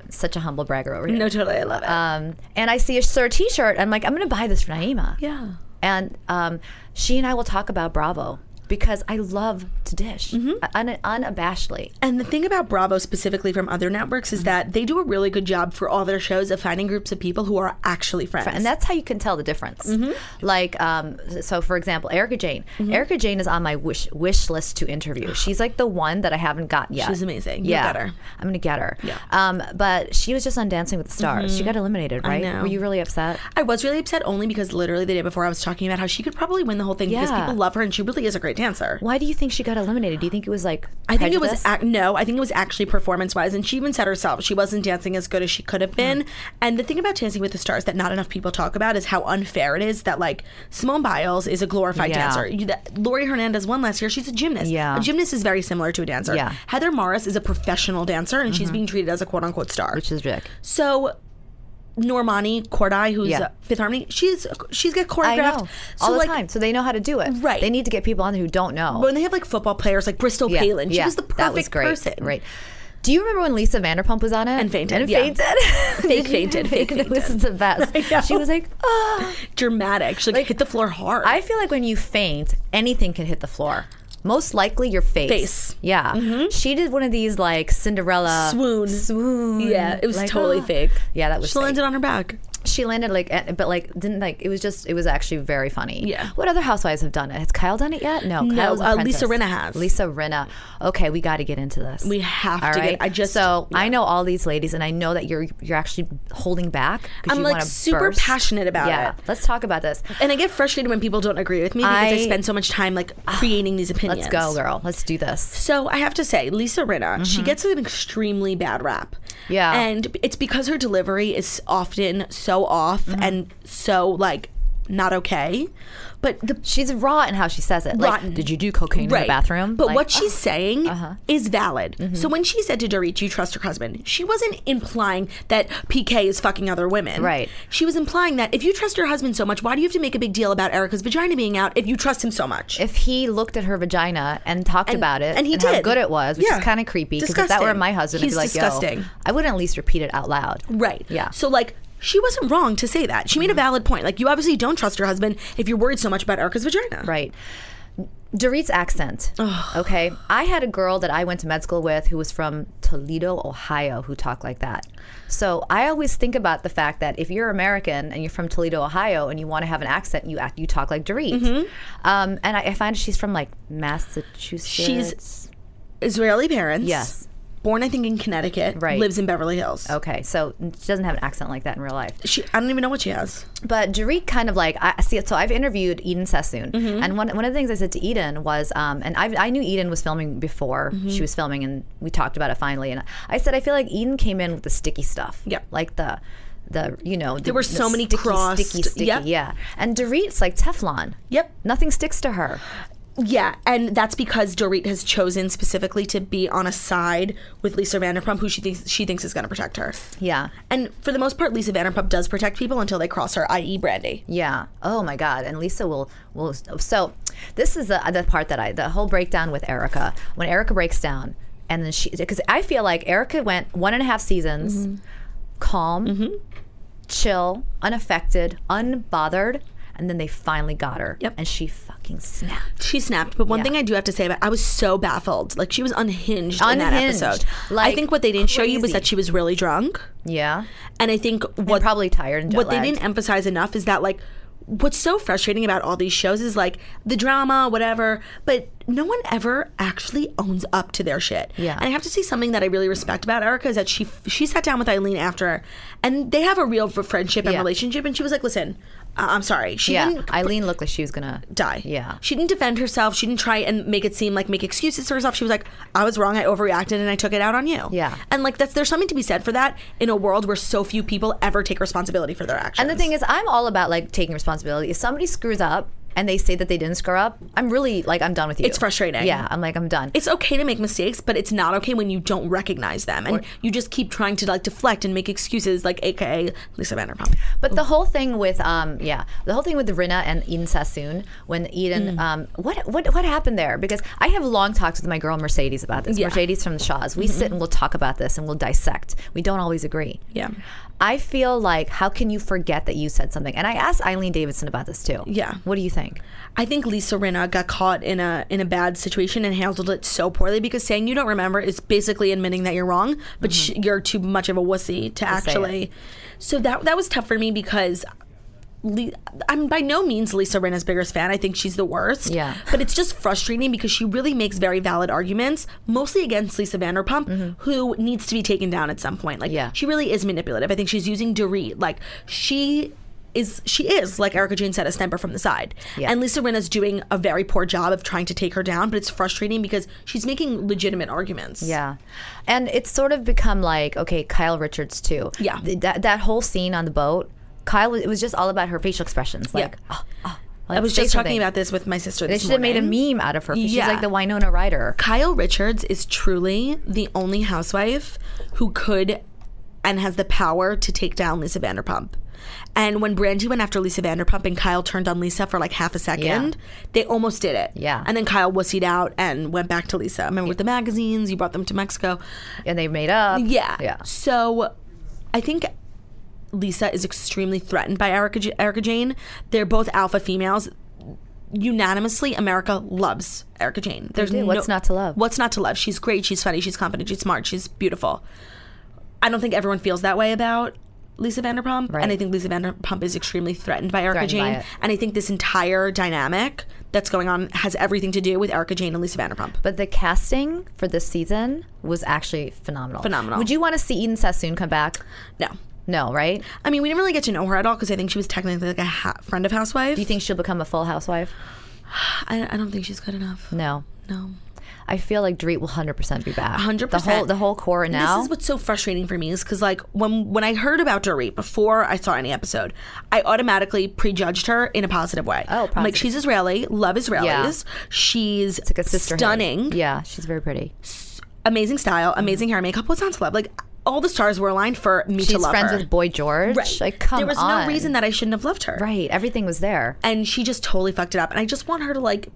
Speaker 1: Such a humble bragger over here.
Speaker 2: Mm-hmm. No, totally, I love it.
Speaker 1: Um, and I see a Sir T-shirt. I'm like, I'm gonna buy this for Naima.
Speaker 2: Yeah.
Speaker 1: And um, she and I will talk about Bravo because I love to dish
Speaker 2: Mm-hmm.
Speaker 1: uh, un- unabashedly.
Speaker 2: And the thing about Bravo specifically from other networks is that they do a really good job for all their shows of finding groups of people who are actually friends.
Speaker 1: And that's how you can tell the difference.
Speaker 2: Mm-hmm.
Speaker 1: Like, um, so for example, Erica Jane. Erica Jane is on my wish wish list to interview. She's like the one that I haven't got yet.
Speaker 2: She's amazing. You'll
Speaker 1: Yeah,
Speaker 2: get her.
Speaker 1: I'm gonna get her. Yeah. Um, but she was just on Dancing with the Stars. She got eliminated, right?
Speaker 2: Mm-hmm. know.
Speaker 1: Were you really upset?
Speaker 2: I was really upset only because literally the day before I was talking about how she could probably win the whole thing because
Speaker 1: Yeah.
Speaker 2: people love her and she really is a great dancer.
Speaker 1: Why do you think she got eliminated? Do you think it was like
Speaker 2: I think it was
Speaker 1: prejudice?
Speaker 2: ac- no. I think it was actually performance wise, and she even said herself she wasn't dancing as good as she could have
Speaker 1: Mm.
Speaker 2: been. And the thing about Dancing with the Stars that not enough people talk about is how unfair it is that like Simone Biles is a glorified
Speaker 1: Yeah.
Speaker 2: dancer. You, that, Lori Hernandez won last year. She's a gymnast.
Speaker 1: Yeah.
Speaker 2: a gymnast is very similar to a dancer.
Speaker 1: Yeah. Mm-hmm.
Speaker 2: Heather Morris is a professional dancer, and she's being treated as a quote unquote star.
Speaker 1: which is Rick.
Speaker 2: So Normani Corday, who's
Speaker 1: Yeah.
Speaker 2: uh, Fifth Harmony, she's she's got choreographed
Speaker 1: I know.
Speaker 2: So,
Speaker 1: all the
Speaker 2: like,
Speaker 1: time. So they know how to do it.
Speaker 2: Right.
Speaker 1: They need to get people on there who don't know.
Speaker 2: When they have like football players like Bristol
Speaker 1: Yeah,
Speaker 2: Palin, she
Speaker 1: yeah,
Speaker 2: was the perfect
Speaker 1: that was great,
Speaker 2: person.
Speaker 1: Right. Do you remember when Lisa Vanderpump was on it
Speaker 2: And fainted,
Speaker 1: And
Speaker 2: yeah.
Speaker 1: fainted.
Speaker 2: Fake fainted, fake
Speaker 1: It was the best.
Speaker 2: I know.
Speaker 1: She was like, oh.
Speaker 2: Dramatic. She like, hit the floor hard.
Speaker 1: I feel like when you faint, anything can hit the floor. Most likely your face.
Speaker 2: Face. Mm-hmm.
Speaker 1: Yeah. She did one of these like Cinderella
Speaker 2: Swoon.
Speaker 1: Swoon.
Speaker 2: Yeah, it was
Speaker 1: Like,
Speaker 2: totally
Speaker 1: ah.
Speaker 2: fake.
Speaker 1: Yeah, that was.
Speaker 2: She
Speaker 1: fake.
Speaker 2: landed on her back.
Speaker 1: She landed like, at- but like didn't like. It was just. It was actually very funny.
Speaker 2: Yeah.
Speaker 1: What other housewives have done it? Has Kyle done it yet? No.
Speaker 2: No,
Speaker 1: Kyle's
Speaker 2: uh, Lisa
Speaker 1: Apprentice.
Speaker 2: Rinna has.
Speaker 1: Lisa Rinna. Okay, we got to get into this.
Speaker 2: We have
Speaker 1: All
Speaker 2: to get-
Speaker 1: right?
Speaker 2: I just-
Speaker 1: So I know all these ladies, and I know that you're you're actually holding back. 'cause
Speaker 2: I'm,
Speaker 1: you
Speaker 2: like,
Speaker 1: wanna
Speaker 2: super
Speaker 1: burst.
Speaker 2: passionate about
Speaker 1: yeah.
Speaker 2: it.
Speaker 1: Let's talk about this.
Speaker 2: And I get frustrated when people don't agree with me because I, Ah,
Speaker 1: I-
Speaker 2: spend so much time like creating these opinions.
Speaker 1: Let's go, girl. Let's do this.
Speaker 2: So I have to say, Lisa Rinna, she gets an extremely bad rap.
Speaker 1: Yeah.
Speaker 2: And it's because her delivery is often so off and so like not okay. But the
Speaker 1: She's raw in how she says it.
Speaker 2: Rotten.
Speaker 1: Like, did you do cocaine in the bathroom?
Speaker 2: But
Speaker 1: Like, "Oh, uh-huh." Mm-hmm.
Speaker 2: what she's saying is valid. So when she said to Dorit, "Do you trust her husband?" She wasn't implying that PK is fucking other women.
Speaker 1: Right.
Speaker 2: She was implying that if you trust your husband so much, why do you have to make a big deal about Erica's vagina being out if you trust him so much?
Speaker 1: if he looked at her vagina and talked
Speaker 2: And-
Speaker 1: about it
Speaker 2: and he
Speaker 1: how
Speaker 2: did.
Speaker 1: good it was, which
Speaker 2: Yeah.
Speaker 1: is kind of creepy. Because if that were
Speaker 2: Disgusting.
Speaker 1: my husband,
Speaker 2: He's
Speaker 1: I'd be like,
Speaker 2: disgusting.
Speaker 1: yo, I wouldn't at least repeat it out loud.
Speaker 2: right.
Speaker 1: Yeah. Mm-hmm.
Speaker 2: So like. She wasn't wrong to say that. She made a valid point. Like, you obviously don't trust your husband if you're worried so much about Erica's vagina.
Speaker 1: Right. Dorit's accent. Okay. I had a girl that I went to med school with who was from Toledo, Ohio, who talked like that. So I always think about the fact that if you're American and you're from Toledo, Ohio, and you want to have an accent, you act, you talk like Dorit.
Speaker 2: Mm-hmm.
Speaker 1: Um, and I, I find she's from like Massachusetts.
Speaker 2: Israeli parents.
Speaker 1: Yes.
Speaker 2: Born, I think, in Connecticut.
Speaker 1: Right. Oh.
Speaker 2: Lives in Beverly Hills.
Speaker 1: okay. So she doesn't have an accent like that in real life.
Speaker 2: She, I don't even know what she has.
Speaker 1: but Jareek kind of like I see. So I've interviewed Eden Sassoon,
Speaker 2: Mm-hmm.
Speaker 1: and one one of the things I said to Eden was, um, and I, I knew Eden was filming before
Speaker 2: Mm-hmm.
Speaker 1: she was filming, and we talked about it finally. And I said I feel like Eden came in with the sticky stuff,
Speaker 2: Yep.
Speaker 1: like the. The you know there
Speaker 2: were so many
Speaker 1: sticky,
Speaker 2: crossed-
Speaker 1: sticky, sticky,
Speaker 2: yep.
Speaker 1: yeah. And Dorit's like Teflon.
Speaker 2: Yep.
Speaker 1: nothing sticks to her.
Speaker 2: Yeah, and that's because Dorit has chosen specifically to be on a side with Lisa Vanderpump, who she thinks she thinks is going to protect her.
Speaker 1: Yeah,
Speaker 2: And for the most part, Lisa Vanderpump does protect people until they cross her, i.e., Brandy.
Speaker 1: Yeah. Oh my God. And Lisa will will. So this is the the part that I the whole breakdown with Erica when Erica breaks down and then she because I feel like Erica went one and a half seasons,
Speaker 2: Mm-hmm.
Speaker 1: calm, chill, unaffected, unbothered, and then they finally got her.
Speaker 2: Yep.
Speaker 1: And she fucking snapped.
Speaker 2: She snapped. But one
Speaker 1: Yeah.
Speaker 2: thing I do have to say about I was so baffled. Like she was unhinged, in that
Speaker 1: Unhinged.
Speaker 2: episode.
Speaker 1: Like,
Speaker 2: I think what they didn't show you was
Speaker 1: crazy.
Speaker 2: that she was really drunk,
Speaker 1: Yeah.
Speaker 2: and I think what
Speaker 1: But probably tired and
Speaker 2: what they
Speaker 1: jet-lagged.
Speaker 2: didn't emphasize enough is that like what's so frustrating about all these shows is like the drama whatever but no one ever actually owns up to their shit
Speaker 1: Yeah.
Speaker 2: and i have to say something that i really respect about erica is that she she sat down with eileen after and they have a real f- friendship and
Speaker 1: Yeah.
Speaker 2: relationship and she was like listen uh, i'm sorry she
Speaker 1: Yeah.
Speaker 2: didn't
Speaker 1: Eileen looked like she was gonna
Speaker 2: die
Speaker 1: Yeah.
Speaker 2: she didn't defend herself she didn't try and make it seem like make excuses for herself she was like i was wrong i overreacted and i took it out on you
Speaker 1: Yeah.
Speaker 2: and like that's there's something to be said for that in a world where so few people ever take responsibility for their actions
Speaker 1: And the thing is, I'm all about like taking responsibility. If somebody screws up and they say that they didn't screw up, I'm really like, I'm done with you.
Speaker 2: It's frustrating.
Speaker 1: Yeah, I'm like, I'm done.
Speaker 2: it's okay to make mistakes, but it's not okay when you don't recognize them and you just keep trying to like deflect and make excuses, like AKA Lisa Vanderpump.
Speaker 1: but the whole thing with, um, yeah, the whole thing with Rinna and Eden Sassoon, when
Speaker 2: Mm.
Speaker 1: Eden, um, what, what, what happened there? Because I have long talks with my girl Mercedes about this.
Speaker 2: Yeah. Mm-hmm.
Speaker 1: Mercedes from the Shaws. We sit and we'll talk about this and we'll dissect. We don't always agree.
Speaker 2: Yeah.
Speaker 1: I feel like, how can you forget that you said something? And I asked Eileen Davidson about this too.
Speaker 2: Yeah.
Speaker 1: What do you think?
Speaker 2: I think Lisa Rinna got caught in a in a bad situation and handled it so poorly because saying you don't remember is basically admitting that you're wrong, but sh- you're too much of a wussy
Speaker 1: say Mm-hmm. it.
Speaker 2: to, actually. So that that was tough for me because. Le- I'm by no means Lisa Rinna's biggest fan. I think she's the worst.
Speaker 1: Yeah.
Speaker 2: But it's just frustrating because she really makes very valid arguments, mostly against Lisa Vanderpump, who needs to be taken down at some point. Like,
Speaker 1: Mm-hmm. Yeah.
Speaker 2: she really is manipulative. I think she's using Dorit. Like, she is she is like Erica Jane said, a sniper from the side.
Speaker 1: Yeah.
Speaker 2: And Lisa Rinna's doing a very poor job of trying to take her down, but it's frustrating because she's making legitimate arguments.
Speaker 1: Yeah, and it's sort of become like okay, Kyle Richards too.
Speaker 2: Yeah.
Speaker 1: Th- that that whole scene on the boat, Kyle. It was just all about her facial expressions. Like,
Speaker 2: Yeah.
Speaker 1: oh, oh,
Speaker 2: I was just talking about this with my sister.
Speaker 1: They
Speaker 2: This
Speaker 1: should have made a
Speaker 2: morning.
Speaker 1: meme out of her. She's
Speaker 2: Yeah.
Speaker 1: like the Winona Ryder.
Speaker 2: Kyle Richards is truly the only housewife who could and has the power to take down Lisa Vanderpump. And when Brandy went after Lisa Vanderpump and Kyle turned on Lisa for like half a second, they almost did it.
Speaker 1: Yeah.
Speaker 2: And then Kyle wussied out and went back to Lisa. Remember with the magazines, you brought them to Mexico.
Speaker 1: And they made up.
Speaker 2: Yeah.
Speaker 1: Yeah.
Speaker 2: So I think Lisa is extremely threatened by Erica, J- Erica Jane. They're both alpha females. unanimously America loves Erica Jane. There's
Speaker 1: do. What's not to love?
Speaker 2: What's not to love? She's great. She's funny. She's competent. She's smart. She's beautiful. I don't think everyone feels that way about Lisa Vanderpump,
Speaker 1: Right.
Speaker 2: and I think Lisa Vanderpump is extremely threatened by Erica
Speaker 1: Threatened by
Speaker 2: Jane.
Speaker 1: it.
Speaker 2: And I think this entire dynamic that's going on has everything to do with Erica Jane and Lisa Vanderpump.
Speaker 1: But the casting for this season was actually phenomenal.
Speaker 2: Phenomenal.
Speaker 1: Would you want to see Eden Sassoon come back?
Speaker 2: No.
Speaker 1: No, right? Do
Speaker 2: I mean, we didn't really get to know her at all because I think she was technically like a ha- friend of Housewife.
Speaker 1: you think she'll become a full housewife?
Speaker 2: I, I don't think she's good enough.
Speaker 1: No.
Speaker 2: No.
Speaker 1: I feel like Dorit will 100% be back.
Speaker 2: 100%.
Speaker 1: The whole, the whole core now.
Speaker 2: This is what's so frustrating for me is because, like, when when I heard about Dorit before I saw any episode, I automatically prejudged her in a positive way.
Speaker 1: Oh,
Speaker 2: I'm like
Speaker 1: positive.
Speaker 2: she's Israeli, love Israelis.
Speaker 1: Yeah.
Speaker 2: She's
Speaker 1: it's like a sisterhood.
Speaker 2: stunning,
Speaker 1: Yeah, she's very pretty.
Speaker 2: amazing style, amazing hair and makeup. What's on to love? Like, all the stars were aligned for me to
Speaker 1: She's
Speaker 2: love
Speaker 1: friends
Speaker 2: her.
Speaker 1: with Boy George.
Speaker 2: Right.
Speaker 1: Like, come
Speaker 2: there was
Speaker 1: on.
Speaker 2: no reason that I shouldn't have loved her.
Speaker 1: Right. Everything was there.
Speaker 2: and she just totally fucked it up. And I just want her to like.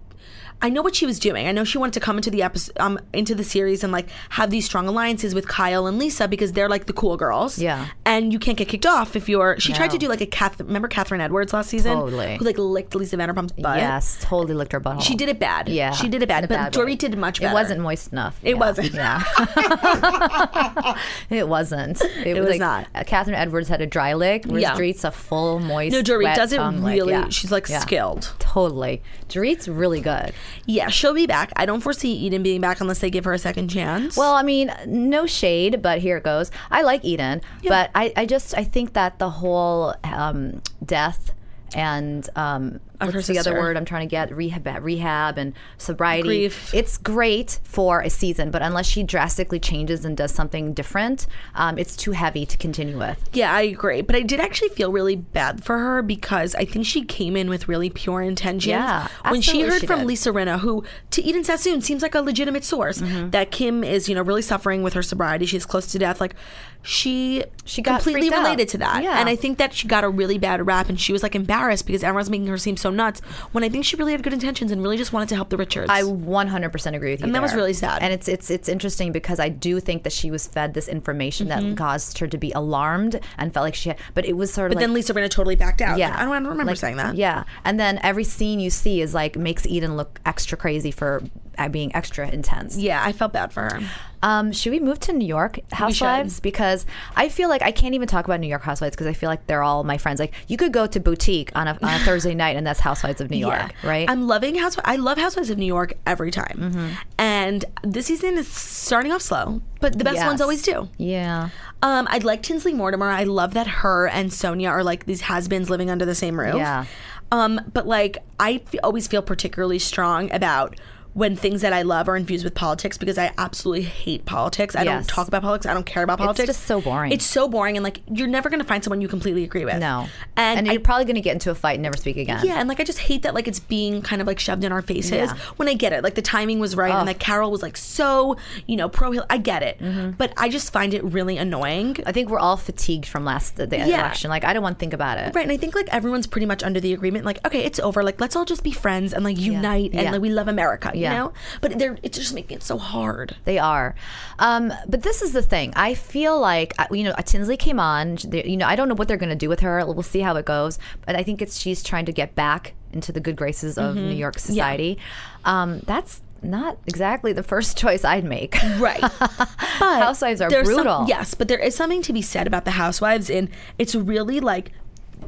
Speaker 2: I know what she was doing. I know she wanted to come into the episode, um, into the series, and like have these strong alliances with Kyle and Lisa because they're like the cool girls.
Speaker 1: Yeah.
Speaker 2: and you can't get kicked off if you're. She tried to
Speaker 1: No.
Speaker 2: do like a Kath. Remember Catherine Edwards last season?
Speaker 1: Totally.
Speaker 2: Who like licked Lisa Vanderpump's butt?
Speaker 1: yes. Totally licked her butthole.
Speaker 2: She did it bad.
Speaker 1: Yeah.
Speaker 2: She did it
Speaker 1: in
Speaker 2: bad.
Speaker 1: a
Speaker 2: But
Speaker 1: way.
Speaker 2: Dory did much better.
Speaker 1: It wasn't moist enough.
Speaker 2: It
Speaker 1: Yeah.
Speaker 2: wasn't.
Speaker 1: Yeah. it wasn't. It,
Speaker 2: was not.
Speaker 1: Catherine Edwards had a dry lick. Whereas
Speaker 2: Yeah.
Speaker 1: Dorit's a full moist.
Speaker 2: No, Dory
Speaker 1: wet
Speaker 2: does it
Speaker 1: tongue lick.
Speaker 2: really.
Speaker 1: Yeah.
Speaker 2: She's like
Speaker 1: Yeah.
Speaker 2: skilled.
Speaker 1: Totally. Dorit's really good.
Speaker 2: Yeah, she'll be back. I don't foresee Eden being back unless they give her a second chance.
Speaker 1: Well, I mean, no shade, but here it goes. I like Eden, but I, I just I think that the whole um, death and um,
Speaker 2: Of her
Speaker 1: what's the other
Speaker 2: sister.
Speaker 1: word I'm trying to get rehab rehab and sobriety.
Speaker 2: Grief.
Speaker 1: It's great for a season, but unless she drastically changes and does something different, um, it's too heavy to continue with.
Speaker 2: Yeah, I agree. But I did actually feel really bad for her because I think she came in with really pure intentions.
Speaker 1: Yeah,
Speaker 2: When she
Speaker 1: absolutely
Speaker 2: heard
Speaker 1: she
Speaker 2: from
Speaker 1: did.
Speaker 2: Lisa Rinna, who to Eden Sassoon seems like a legitimate source,
Speaker 1: Mm-hmm.
Speaker 2: that Kim is, you know, really suffering with her sobriety. She's close to death. Like she
Speaker 1: She got
Speaker 2: completely
Speaker 1: freaked out.
Speaker 2: related to that.
Speaker 1: Yeah.
Speaker 2: And I think that she got a really bad rap and she was like embarrassed because everyone's making her seem so nuts when I think she really had good intentions and really just wanted to help the Richards.
Speaker 1: I 100% agree with you.
Speaker 2: And that was
Speaker 1: there.
Speaker 2: really sad.
Speaker 1: And it's it's it's interesting because I do think that she was fed this information
Speaker 2: Mm-hmm.
Speaker 1: that caused her to be alarmed and felt like she had. But it was sort of
Speaker 2: but
Speaker 1: like,
Speaker 2: then Lisa Rinna totally backed out.
Speaker 1: Yeah,
Speaker 2: Like, I don't I don't remember
Speaker 1: Like,
Speaker 2: saying that.
Speaker 1: Yeah, and then every scene you see is like makes Eden look extra crazy for uh, being extra intense.
Speaker 2: Yeah, I felt bad for her.
Speaker 1: Um, should we move to New York Housewives? Because I feel like I can't even talk about New York Housewives because I feel like they're all my friends. Like you could go to boutique on a, on a Thursday night and that's Housewives of New York, right? Mm-hmm.
Speaker 2: I'm loving Housewives. I love Housewives of New York every time. And this season is starting off slow, but the best
Speaker 1: Yes.
Speaker 2: ones always do.
Speaker 1: yeah,
Speaker 2: Um, I like Tinsley Mortimer. I love that her and Sonia are like these has-beens living under the same roof.
Speaker 1: Yeah.
Speaker 2: Um, but like I f- always feel particularly strong about when things that I love are infused with politics because I absolutely hate politics. I
Speaker 1: Yes.
Speaker 2: don't talk about politics. I don't care about politics.
Speaker 1: just so boring.
Speaker 2: It's so boring, and like you're never going to find someone you completely agree with.
Speaker 1: no,
Speaker 2: And, I
Speaker 1: you're probably gonna get into a fight and never speak again.
Speaker 2: yeah, and like I just hate that like it's being kind of like shoved in our faces. When I get it, like the timing was right, and like Carol was like so you know pro. I get it,
Speaker 1: Mm-hmm.
Speaker 2: but I just find it really annoying.
Speaker 1: I think we're all fatigued from last the, the
Speaker 2: Yeah.
Speaker 1: election. Like I don't want to think about it.
Speaker 2: Right, and I think like everyone's pretty much under the agreement, like okay, it's over. Like let's all just be friends and like unite and
Speaker 1: Yeah.
Speaker 2: like we love America, you
Speaker 1: Yeah.
Speaker 2: know. But they're it's just making it so hard.
Speaker 1: They are. Um, but this is the thing. I feel like, I- you know, Tinsley came on. They- You know, I don't know what they're going to do with her. We'll see how it goes. But I think it's she's trying to get back into the good graces of
Speaker 2: Mm-hmm.
Speaker 1: New York society. Um, that's not exactly the first choice I'd make.
Speaker 2: Right, but
Speaker 1: Housewives are
Speaker 2: there's some-
Speaker 1: brutal.
Speaker 2: yes, but there is something to be said about the housewives, and it's really like.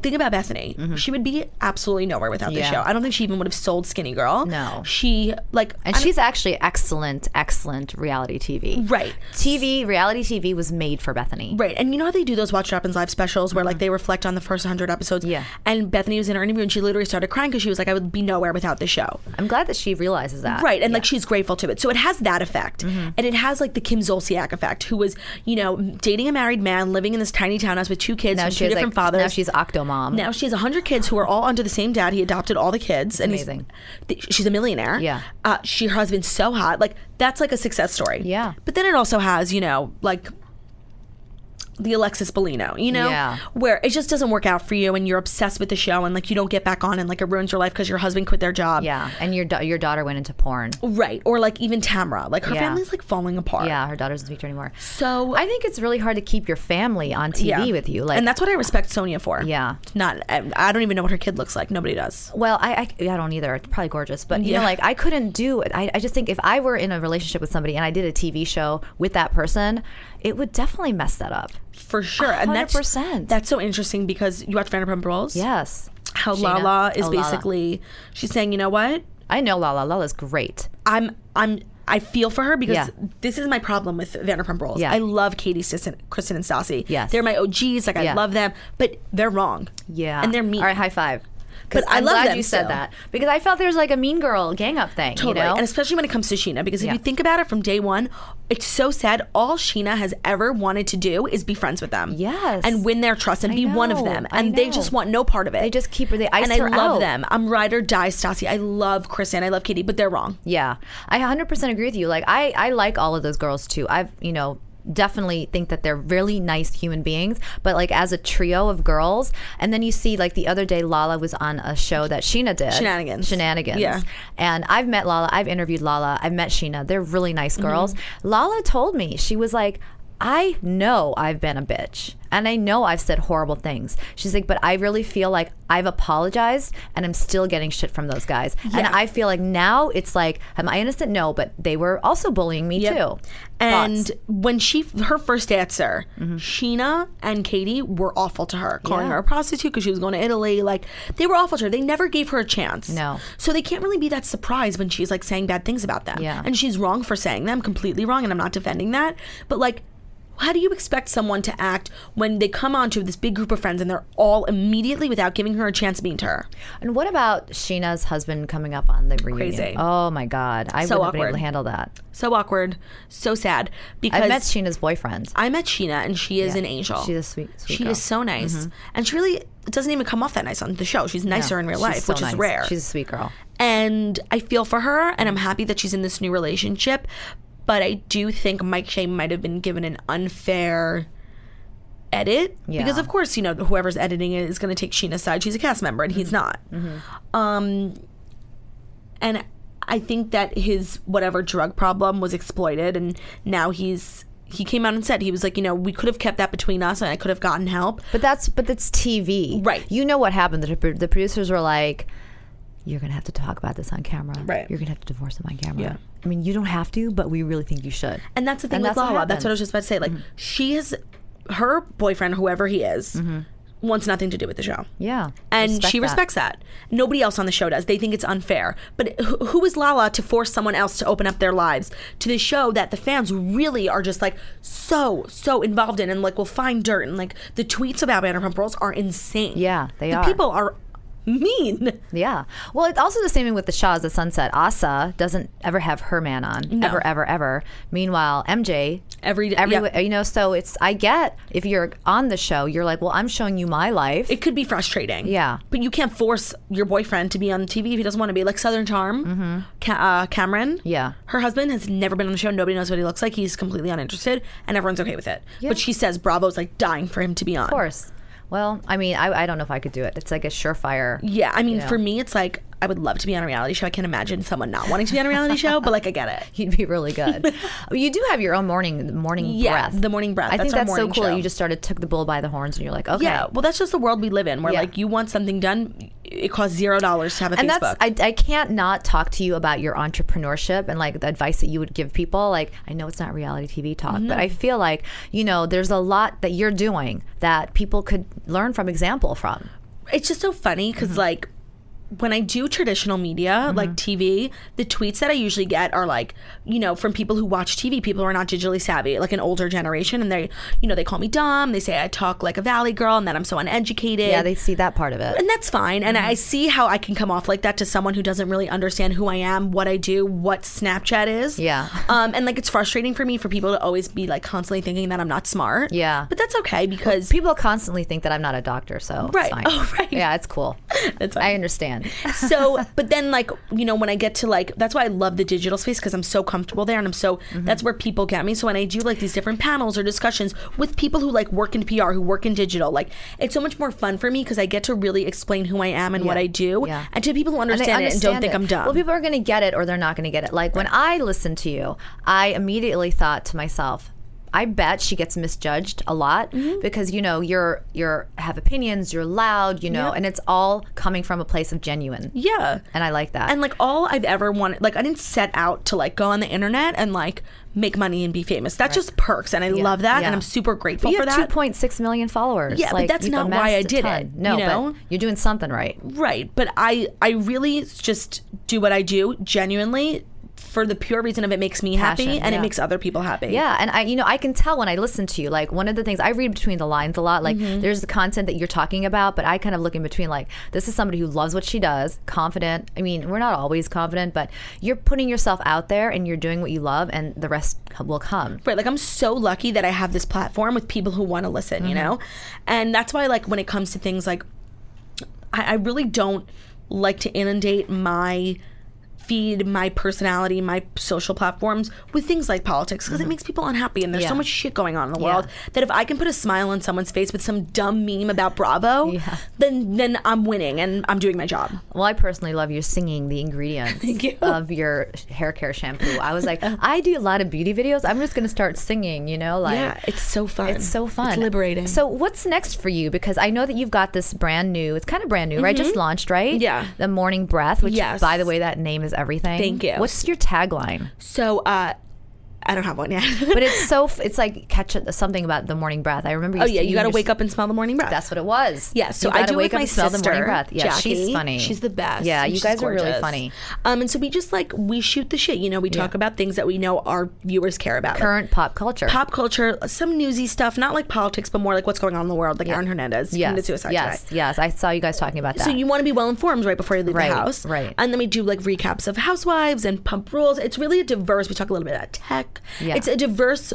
Speaker 2: Think about Bethany. She would be absolutely nowhere without the
Speaker 1: Mm-hmm. Yeah.
Speaker 2: show. I don't think she even would have sold Skinny Girl.
Speaker 1: No.
Speaker 2: She, like,
Speaker 1: And she's actually excellent, excellent reality TV.
Speaker 2: Right.
Speaker 1: TV, reality TV was made for Bethany.
Speaker 2: Right. And you know how they do those Watch What Happens Live specials where like they reflect on the first 100 episodes?
Speaker 1: Mm-hmm. Yeah.
Speaker 2: And Bethany was in her interview and she literally started crying because she was like, I would be nowhere without the show.
Speaker 1: I'm glad that she realizes that.
Speaker 2: Right. And like she's grateful to it. So it has that effect.
Speaker 1: Mm-hmm.
Speaker 2: And it has like the Kim Zolciak effect, who was, you know, dating a married man, living in this tiny townhouse with two kids
Speaker 1: Now
Speaker 2: from two
Speaker 1: she's
Speaker 2: different
Speaker 1: like,
Speaker 2: fathers.
Speaker 1: now she's Octomom.
Speaker 2: Now she has 100 kids who are all under the same dad. He adopted all the kids. and he's-
Speaker 1: amazing.
Speaker 2: th- she's a millionaire.
Speaker 1: Yeah.
Speaker 2: Uh, she, her husband's so hot. Like, that's like a success story.
Speaker 1: Yeah.
Speaker 2: But then it also has, you know, like the Alexis Bellino, you know,
Speaker 1: Yeah.
Speaker 2: where it just doesn't work out for you and you're obsessed with the show and like you don't get back on and like it ruins your life because your husband quit their job.
Speaker 1: Yeah, and your da- your daughter went into porn.
Speaker 2: Right. Or like even Tamra, like her
Speaker 1: Yeah.
Speaker 2: family's like falling apart.
Speaker 1: Yeah, her daughter doesn't speak to her anymore.
Speaker 2: So
Speaker 1: I think it's really hard to keep your family on TV
Speaker 2: yeah.
Speaker 1: with you. Like,
Speaker 2: and that's what I respect Sonia for.
Speaker 1: Yeah.
Speaker 2: Not, I I don't even know what her kid looks like. Nobody does.
Speaker 1: well, I, I I don't either. It's probably gorgeous, but you know,
Speaker 2: Yeah.
Speaker 1: like I couldn't do it. I, I just think if I were in a relationship with somebody and I did a TV show with that person, it would definitely mess that up.
Speaker 2: For sure. And that's,
Speaker 1: 100%.
Speaker 2: that's so interesting because you watch Vanderpump Rules.
Speaker 1: Yes,
Speaker 2: How
Speaker 1: Shayna.
Speaker 2: Lala is
Speaker 1: Oh, Lala.
Speaker 2: basically, she's saying, you know what?
Speaker 1: I know Lala Lala's great.
Speaker 2: I'm I'm I feel for her because
Speaker 1: Yeah.
Speaker 2: this is my problem with Vanderpump Rules.
Speaker 1: Yeah.
Speaker 2: I love Katie, Sisson, Kristen, and Stassi.
Speaker 1: Yes.
Speaker 2: they're my OGs. Like I
Speaker 1: Yeah.
Speaker 2: love them, but they're wrong.
Speaker 1: Yeah,
Speaker 2: and they're mean.
Speaker 1: All right, high five. 'Cause
Speaker 2: But I
Speaker 1: I'm
Speaker 2: love
Speaker 1: glad
Speaker 2: them
Speaker 1: you said
Speaker 2: still.
Speaker 1: that because I felt there's like a mean girl gang up thing.
Speaker 2: Totally.
Speaker 1: You know?
Speaker 2: And especially when it comes to Sheena, because if
Speaker 1: Yeah.
Speaker 2: you think about it from day one, it's so sad. All Sheena has ever wanted to do is be friends with them.
Speaker 1: Yes.
Speaker 2: And win their trust and
Speaker 1: I
Speaker 2: be one of
Speaker 1: know.
Speaker 2: them.
Speaker 1: I
Speaker 2: And they
Speaker 1: know.
Speaker 2: just want no part of it.
Speaker 1: They just keep her- they ice
Speaker 2: And I
Speaker 1: her
Speaker 2: love
Speaker 1: out.
Speaker 2: them. I'm ride or die Stassi. I love Kristen. I love Katie, but they're wrong.
Speaker 1: Yeah, I 100% agree with you. Like, I, I like all of those girls too. I've, you know, definitely think that they're really nice human beings, but like as a trio of girls. And then you see, like, the other day, Lala was on a show that Sheena did
Speaker 2: Shenanigans.
Speaker 1: Shenanigans.
Speaker 2: Yeah.
Speaker 1: And I've met Lala, I've interviewed Lala, I've met Sheena. They're really nice
Speaker 2: Mm-hmm.
Speaker 1: girls. Lala told me, she was like, I know I've been a bitch and I know I've said horrible things. She's like, but I really feel like I've apologized and I'm still getting shit from those guys. And I feel like now it's like, am I innocent? No, but they were also bullying me too.
Speaker 2: And
Speaker 1: Thoughts?
Speaker 2: when she her first answer, Sheena and Katie were awful to her, calling
Speaker 1: Yeah.
Speaker 2: her a prostitute because she was going to Italy. Like they were awful to her. They never gave her a chance.
Speaker 1: No.
Speaker 2: So they can't really be that surprised when she's like saying bad things about them.
Speaker 1: Yeah.
Speaker 2: And she's wrong for saying them, completely wrong, and I'm not defending that. But like how do you expect someone to act when they come onto this big group of friends and they're all immediately without giving her a chance mean to her?
Speaker 1: and what about Sheena's husband coming up on the reunion?
Speaker 2: Crazy.
Speaker 1: Oh my God. I
Speaker 2: So
Speaker 1: wouldn't have been able to
Speaker 2: awkward.
Speaker 1: handle that.
Speaker 2: So awkward, so sad. Because
Speaker 1: I met Sheena's boyfriend.
Speaker 2: I met Sheena and she is
Speaker 1: Yeah.
Speaker 2: an angel.
Speaker 1: She's a sweet- sweet
Speaker 2: she
Speaker 1: girl. Mm-hmm.
Speaker 2: is so nice, and she really doesn't even come off that nice on the show. She's nicer in real
Speaker 1: She's
Speaker 2: life,
Speaker 1: so
Speaker 2: which
Speaker 1: nice.
Speaker 2: is rare.
Speaker 1: She's a sweet girl.
Speaker 2: and I feel for her, and I'm happy that she's in this new relationship. But I do think Mike Shea might have been given an unfair edit because,
Speaker 1: Yeah.
Speaker 2: of course, you know whoever's editing it is going to take Sheena's side. She's a cast member, and he's not. Um, and I think that his whatever drug problem was exploited, and now he's he came out and said he was like, you know, we could have kept that between us, and I could have gotten help.
Speaker 1: But that's but that's TV,
Speaker 2: Right.
Speaker 1: You know what happened? The, pro- the producers were like, "You're gonna have to talk about this on camera.
Speaker 2: Right.
Speaker 1: You're gonna have to divorce him on camera.
Speaker 2: Yeah.
Speaker 1: I mean, you don't have to, but we really think you should.
Speaker 2: And that's the thing
Speaker 1: And
Speaker 2: with
Speaker 1: that's what Mm-hmm.
Speaker 2: Lala. that's
Speaker 1: happened.
Speaker 2: what I was just about to say. Like she has her boyfriend, whoever he is, wants nothing to do with the show.
Speaker 1: Mm-hmm. yeah.
Speaker 2: And
Speaker 1: Respect
Speaker 2: she
Speaker 1: that.
Speaker 2: respects that. Nobody else on the show does. They think it's unfair. But who, who is Lala to force someone else to open up their lives to the show that the fans really are just like so, so involved in and like will find dirt and like the tweets about Vanderpump Rules are insane.
Speaker 1: Yeah, they
Speaker 2: the
Speaker 1: are.
Speaker 2: people are mean.
Speaker 1: Yeah. Well, it's also the same thing with the Shahs at Sunset. Asa doesn't ever have her man on. Ever, ever, ever. Meanwhile, MJ
Speaker 2: Every-
Speaker 1: every
Speaker 2: yeah.
Speaker 1: you know. So it's I get if you're on the show, you're like, well, I'm showing you my life.
Speaker 2: It could be frustrating.
Speaker 1: Yeah.
Speaker 2: But you can't force your boyfriend to be on TV if he doesn't want to be. Like Southern Charm, Ca- uh, Cameron.
Speaker 1: Mm-hmm. Yeah.
Speaker 2: Her husband has never been on the show. Nobody knows what he looks like. He's completely uninterested, and everyone's okay with it. But she says Bravo's like dying for him to be on.
Speaker 1: of course. Well, I mean, I, I don't know if I could do it. It's like a surefire.
Speaker 2: Yeah. I mean,
Speaker 1: know.
Speaker 2: for me, it's like I would love to be on a reality show. I can't imagine someone not wanting to be on a reality show, but like I get it.
Speaker 1: You'd be really good. Oh, you do have your own morning morning
Speaker 2: Yeah,
Speaker 1: breath.
Speaker 2: the morning breath.
Speaker 1: I think
Speaker 2: That's our
Speaker 1: that's so
Speaker 2: morning
Speaker 1: cool.
Speaker 2: show.
Speaker 1: You just started took the bull by the horns and you're like, okay.
Speaker 2: Yeah. Well, that's just the world we live in, where
Speaker 1: Yeah.
Speaker 2: like you want something done, it costs zero dollars to have a
Speaker 1: and
Speaker 2: Facebook.
Speaker 1: that's I, I can't not talk to you about your entrepreneurship and like the advice that you would give people like i know it's not reality tv talk but i
Speaker 2: Mm-hmm.
Speaker 1: feel like you know there's a lot that you're doing that people could learn from example from
Speaker 2: it's just so funny because
Speaker 1: Mm-hmm.
Speaker 2: like when I do traditional media like TV, the tweets that I usually get are like you know from people who watch TV, people who are not digitally savvy, like an older generation, and they you know they call me dumb, they say I talk like a valley girl, and that I'm so uneducated.
Speaker 1: yeah they Mm-hmm. see that part of it
Speaker 2: and that's fine. And I see how I can come off like that to someone who doesn't really understand who I am, what I do, what Snapchat is.
Speaker 1: Yeah.
Speaker 2: Um, and like it's frustrating for me for people to always be like constantly thinking that I'm not smart.
Speaker 1: Yeah.
Speaker 2: But that's okay because
Speaker 1: people constantly think that i'm not a doctor so it's
Speaker 2: Right.
Speaker 1: fine.
Speaker 2: Oh, right.
Speaker 1: yeah it's cool
Speaker 2: It's fine.
Speaker 1: i understand understand.
Speaker 2: so but then like you know when i get to like that's why i love the digital space because i'm so comfortable there and i'm so
Speaker 1: Mm-hmm.
Speaker 2: that's where people get me so when i do like these different panels or discussions with people who like work in pr who work in digital like it's so much more fun for me because i get to really explain who i am and what
Speaker 1: Yeah.
Speaker 2: i do
Speaker 1: Yeah.
Speaker 2: and to people who
Speaker 1: And
Speaker 2: understand,
Speaker 1: they
Speaker 2: it and don't think i'm dumb
Speaker 1: Well, people are going to get it or they're not going to get it. Like when I listened to you, I immediately thought to myself, I bet she gets misjudged a lot because you know you're you're have opinions, you're loud, you know, and it's all coming from a place of genuine.
Speaker 2: yeah
Speaker 1: and I like that.
Speaker 2: and like all I've ever wanted, like I didn't set out to like go on the internet and like make money and be famous. That's just perks, and I love that,
Speaker 1: Yeah.
Speaker 2: and I'm super grateful
Speaker 1: But you
Speaker 2: for
Speaker 1: have
Speaker 2: that.
Speaker 1: 2.6 million followers.
Speaker 2: Yeah, but
Speaker 1: Like,
Speaker 2: that's
Speaker 1: you've
Speaker 2: not why I
Speaker 1: amassed a
Speaker 2: did
Speaker 1: ton.
Speaker 2: it,
Speaker 1: No,
Speaker 2: you know?
Speaker 1: but you're doing something right.
Speaker 2: Right, but I I really just do what I do genuinely for the pure reason of it makes me happy
Speaker 1: Passion,
Speaker 2: and
Speaker 1: yeah.
Speaker 2: it makes other people happy.
Speaker 1: Yeah, and I, you know, I can tell when I listen to you. Like one of the things I read between the lines a lot. Like there's the content that you're talking about, but I kind of look in between. Like this is somebody who loves what she does, confident. I mean, we're not always confident, but you're putting yourself out there and you're doing what you love, and the rest co- will come.
Speaker 2: Right, like I'm so lucky that I have this platform with people who want to listen,
Speaker 1: Mm-hmm.
Speaker 2: you know? And that's why like when it comes to things like I, I really don't like to inundate my feed, my personality, my social platforms with things like politics because it makes people unhappy and there's
Speaker 1: Mm-hmm. Yeah.
Speaker 2: so much shit going on in the
Speaker 1: Yeah.
Speaker 2: world that if I can put a smile on someone's face with some dumb meme about Bravo, then then I'm winning and I'm doing my job.
Speaker 1: Well, I personally love your singing the ingredients of your sh- hair care shampoo. I was like, I do a lot of beauty videos. I'm just gonna start singing. You know, like
Speaker 2: Yeah, it's so fun.
Speaker 1: It's so fun.
Speaker 2: It's liberating.
Speaker 1: So what's next for you? Because I know that you've got this brand new. It's kind of brand new, right? Just launched, right?
Speaker 2: Mm-hmm. Yeah.
Speaker 1: The Morning Breath, which
Speaker 2: Yes.
Speaker 1: by the way, that name is everything.
Speaker 2: Thank you.
Speaker 1: What's your tagline?
Speaker 2: So uh I don't have one yet.
Speaker 1: But it's so f- it's like catch a- something about the morning breath. I remember. You
Speaker 2: oh yeah, you got to wake
Speaker 1: up.
Speaker 2: up and smell the morning breath.
Speaker 1: That's what it was.
Speaker 2: Yeah, so
Speaker 1: You
Speaker 2: I
Speaker 1: gotta
Speaker 2: do it with
Speaker 1: wake up
Speaker 2: my
Speaker 1: and smell
Speaker 2: sister,
Speaker 1: the morning breath. Yeah, she's
Speaker 2: Jackie.
Speaker 1: funny.
Speaker 2: She's the best.
Speaker 1: Yeah,
Speaker 2: and
Speaker 1: you
Speaker 2: she's
Speaker 1: guys are really
Speaker 2: gorgeous.
Speaker 1: funny.
Speaker 2: Um, and so we just like we shoot the shit. You know, we talk about things that we know our viewers care about. like
Speaker 1: Current pop culture.
Speaker 2: Pop culture, some newsy stuff, not like politics, but more like what's going on in the world, like Aaron Hernandez
Speaker 1: Yes.
Speaker 2: committed suicide.
Speaker 1: yes.
Speaker 2: today.
Speaker 1: Yes. I saw you guys talking about that.
Speaker 2: So you want to be well informed right before you leave
Speaker 1: Right,
Speaker 2: the house,
Speaker 1: right.
Speaker 2: And then we do like recaps of Housewives and Pump Rules. It's really a diverse. We talk a little bit about tech.
Speaker 1: Yeah.
Speaker 2: It's a diverse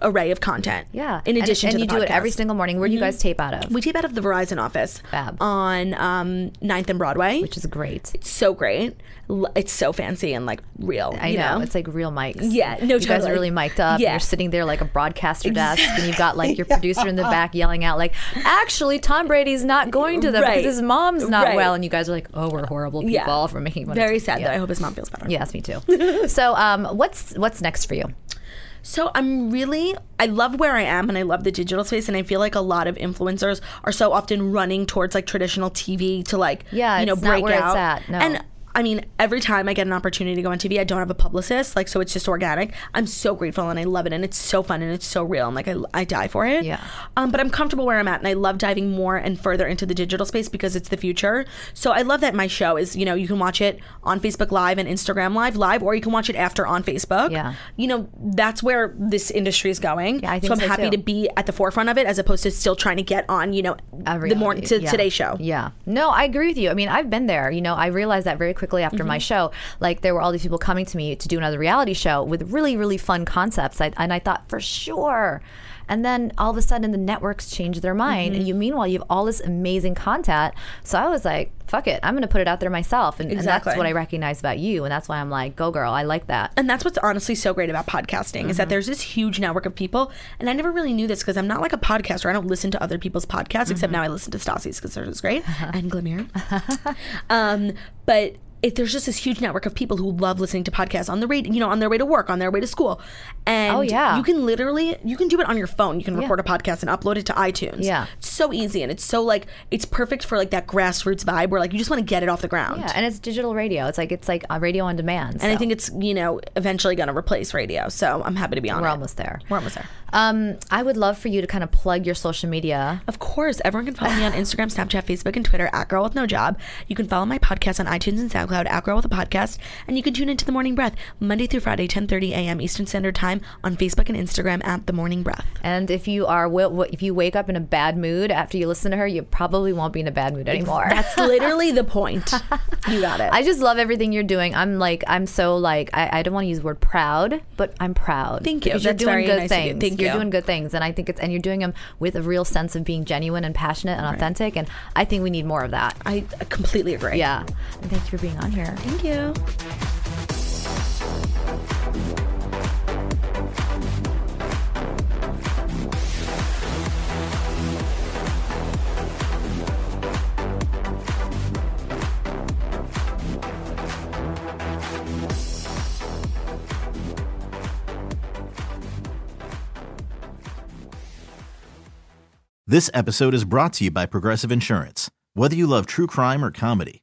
Speaker 2: array of content.
Speaker 1: yeah.
Speaker 2: In addition
Speaker 1: and,
Speaker 2: to
Speaker 1: and
Speaker 2: the
Speaker 1: you do it every
Speaker 2: podcast. Mm-hmm.
Speaker 1: single morning. Where do you guys tape out of?
Speaker 2: We tape out of the Verizon office
Speaker 1: Fab.
Speaker 2: on um, 9th and Broadway.
Speaker 1: Which is great.
Speaker 2: so great. L- It's so fancy and like real.
Speaker 1: I
Speaker 2: you
Speaker 1: know. It's like real mics.
Speaker 2: Yeah, no,
Speaker 1: You guys are
Speaker 2: totally.
Speaker 1: really mic'd up.
Speaker 2: Yeah.
Speaker 1: You're sitting there like a broadcaster desk, and you've got like your producer in the back yelling out, like, actually, Tom Brady's not going to them
Speaker 2: Right.
Speaker 1: because his mom's not
Speaker 2: Right.
Speaker 1: well. And you guys are like, oh, we're horrible people
Speaker 2: Yeah.
Speaker 1: for making money.
Speaker 2: very sad
Speaker 1: yeah.
Speaker 2: though. I hope his mom feels better.
Speaker 1: Yes, me too. so, um, what's what's next for you?
Speaker 2: So I'm really I love where I am and I love the digital space and I feel like a lot of influencers are so often running towards like traditional TV to like
Speaker 1: Yeah,
Speaker 2: you know
Speaker 1: it's not
Speaker 2: break
Speaker 1: where it's
Speaker 2: out.
Speaker 1: at, no.
Speaker 2: And I mean, every time I get an opportunity to go on TV, I don't have a publicist, like so it's just organic. I'm so grateful and I love it and it's so fun and it's so real and like I, I die for it.
Speaker 1: Yeah.
Speaker 2: Um, but I'm comfortable where I'm at and I love diving more and further into the digital space because it's the future. So I love that my show is you know you can watch it on Facebook Live and Instagram Live live or you can watch it after on Facebook.
Speaker 1: Yeah.
Speaker 2: You know that's where this industry is going.
Speaker 1: Yeah, I think
Speaker 2: so I'm
Speaker 1: so,
Speaker 2: happy
Speaker 1: too.
Speaker 2: to be at the forefront of it as opposed to still trying to get on, you know,
Speaker 1: a
Speaker 2: the morning
Speaker 1: reality.
Speaker 2: to
Speaker 1: Yeah.
Speaker 2: today's show.
Speaker 1: Yeah. No, I agree with you. I mean, I've been there. You know, I realized that very quickly after
Speaker 2: Mm-hmm.
Speaker 1: my show. Like, there were all these people coming to me to do another reality show with really, really fun concepts. I, and I thought, for sure. And then all of a sudden, the networks change their mind.
Speaker 2: Mm-hmm.
Speaker 1: And you, meanwhile, you have all this amazing content. So I was like, fuck it. I'm going to put it out there myself. And, and that's
Speaker 2: Exactly.
Speaker 1: what I recognize about you. And that's why I'm like, go girl. I like that.
Speaker 2: And that's what's honestly so great about podcasting
Speaker 1: Mm-hmm.
Speaker 2: is that there's this huge network of people. And I never really knew this because I'm not like a podcaster. I don't listen to other people's podcasts,
Speaker 1: Mm-hmm.
Speaker 2: except now I listen to Stassi's because they're just great and Glimmer. um, but if there's just this huge network of people who love listening to podcasts on the radio, you know, on their way to work, on their way to school, and
Speaker 1: Oh, yeah.
Speaker 2: you can literally you can do it on your phone. You can record a podcast and upload it to iTunes.
Speaker 1: Yeah.
Speaker 2: it's so easy and it's so like it's perfect for like that grassroots vibe where like you just want to get it off the ground.
Speaker 1: Yeah, and it's digital radio. It's like it's like uh, radio on demand.
Speaker 2: And I think it's you know eventually going to replace radio, so I'm happy to be on.
Speaker 1: we're
Speaker 2: it.
Speaker 1: almost there.
Speaker 2: We're almost there.
Speaker 1: Um, I would love for you to kind of plug your social media.
Speaker 2: Of course, everyone can follow me on Instagram, Snapchat, Facebook, and Twitter at Girl With No Job. You can follow my podcast on iTunes and SoundCloud SoundCloud at Girl with a Podcast, and you can tune into The Morning Breath Monday through Friday, 10:30 a.m. Eastern Standard Time on Facebook and Instagram at The Morning Breath.
Speaker 1: And if you are wi- wi- if you wake up in a bad mood after you listen to her, you probably won't be in a bad mood anymore.
Speaker 2: That's literally the point. You got it.
Speaker 1: I just love everything you're doing. I'm like, I'm so like, I, I don't want to use the word proud, but I'm proud.
Speaker 2: Thank you.
Speaker 1: Because
Speaker 2: That's
Speaker 1: you're doing
Speaker 2: very
Speaker 1: good
Speaker 2: nice of you.
Speaker 1: things.
Speaker 2: Thank
Speaker 1: are
Speaker 2: you.
Speaker 1: doing good things, and I think it's and you're doing them with a real sense of being genuine and passionate and authentic. And I think we need more of that.
Speaker 2: I completely agree.
Speaker 1: Yeah. And thank you for being on here.
Speaker 2: Thank you.
Speaker 5: This episode is brought to you by Progressive Insurance. Whether you love true crime or comedy,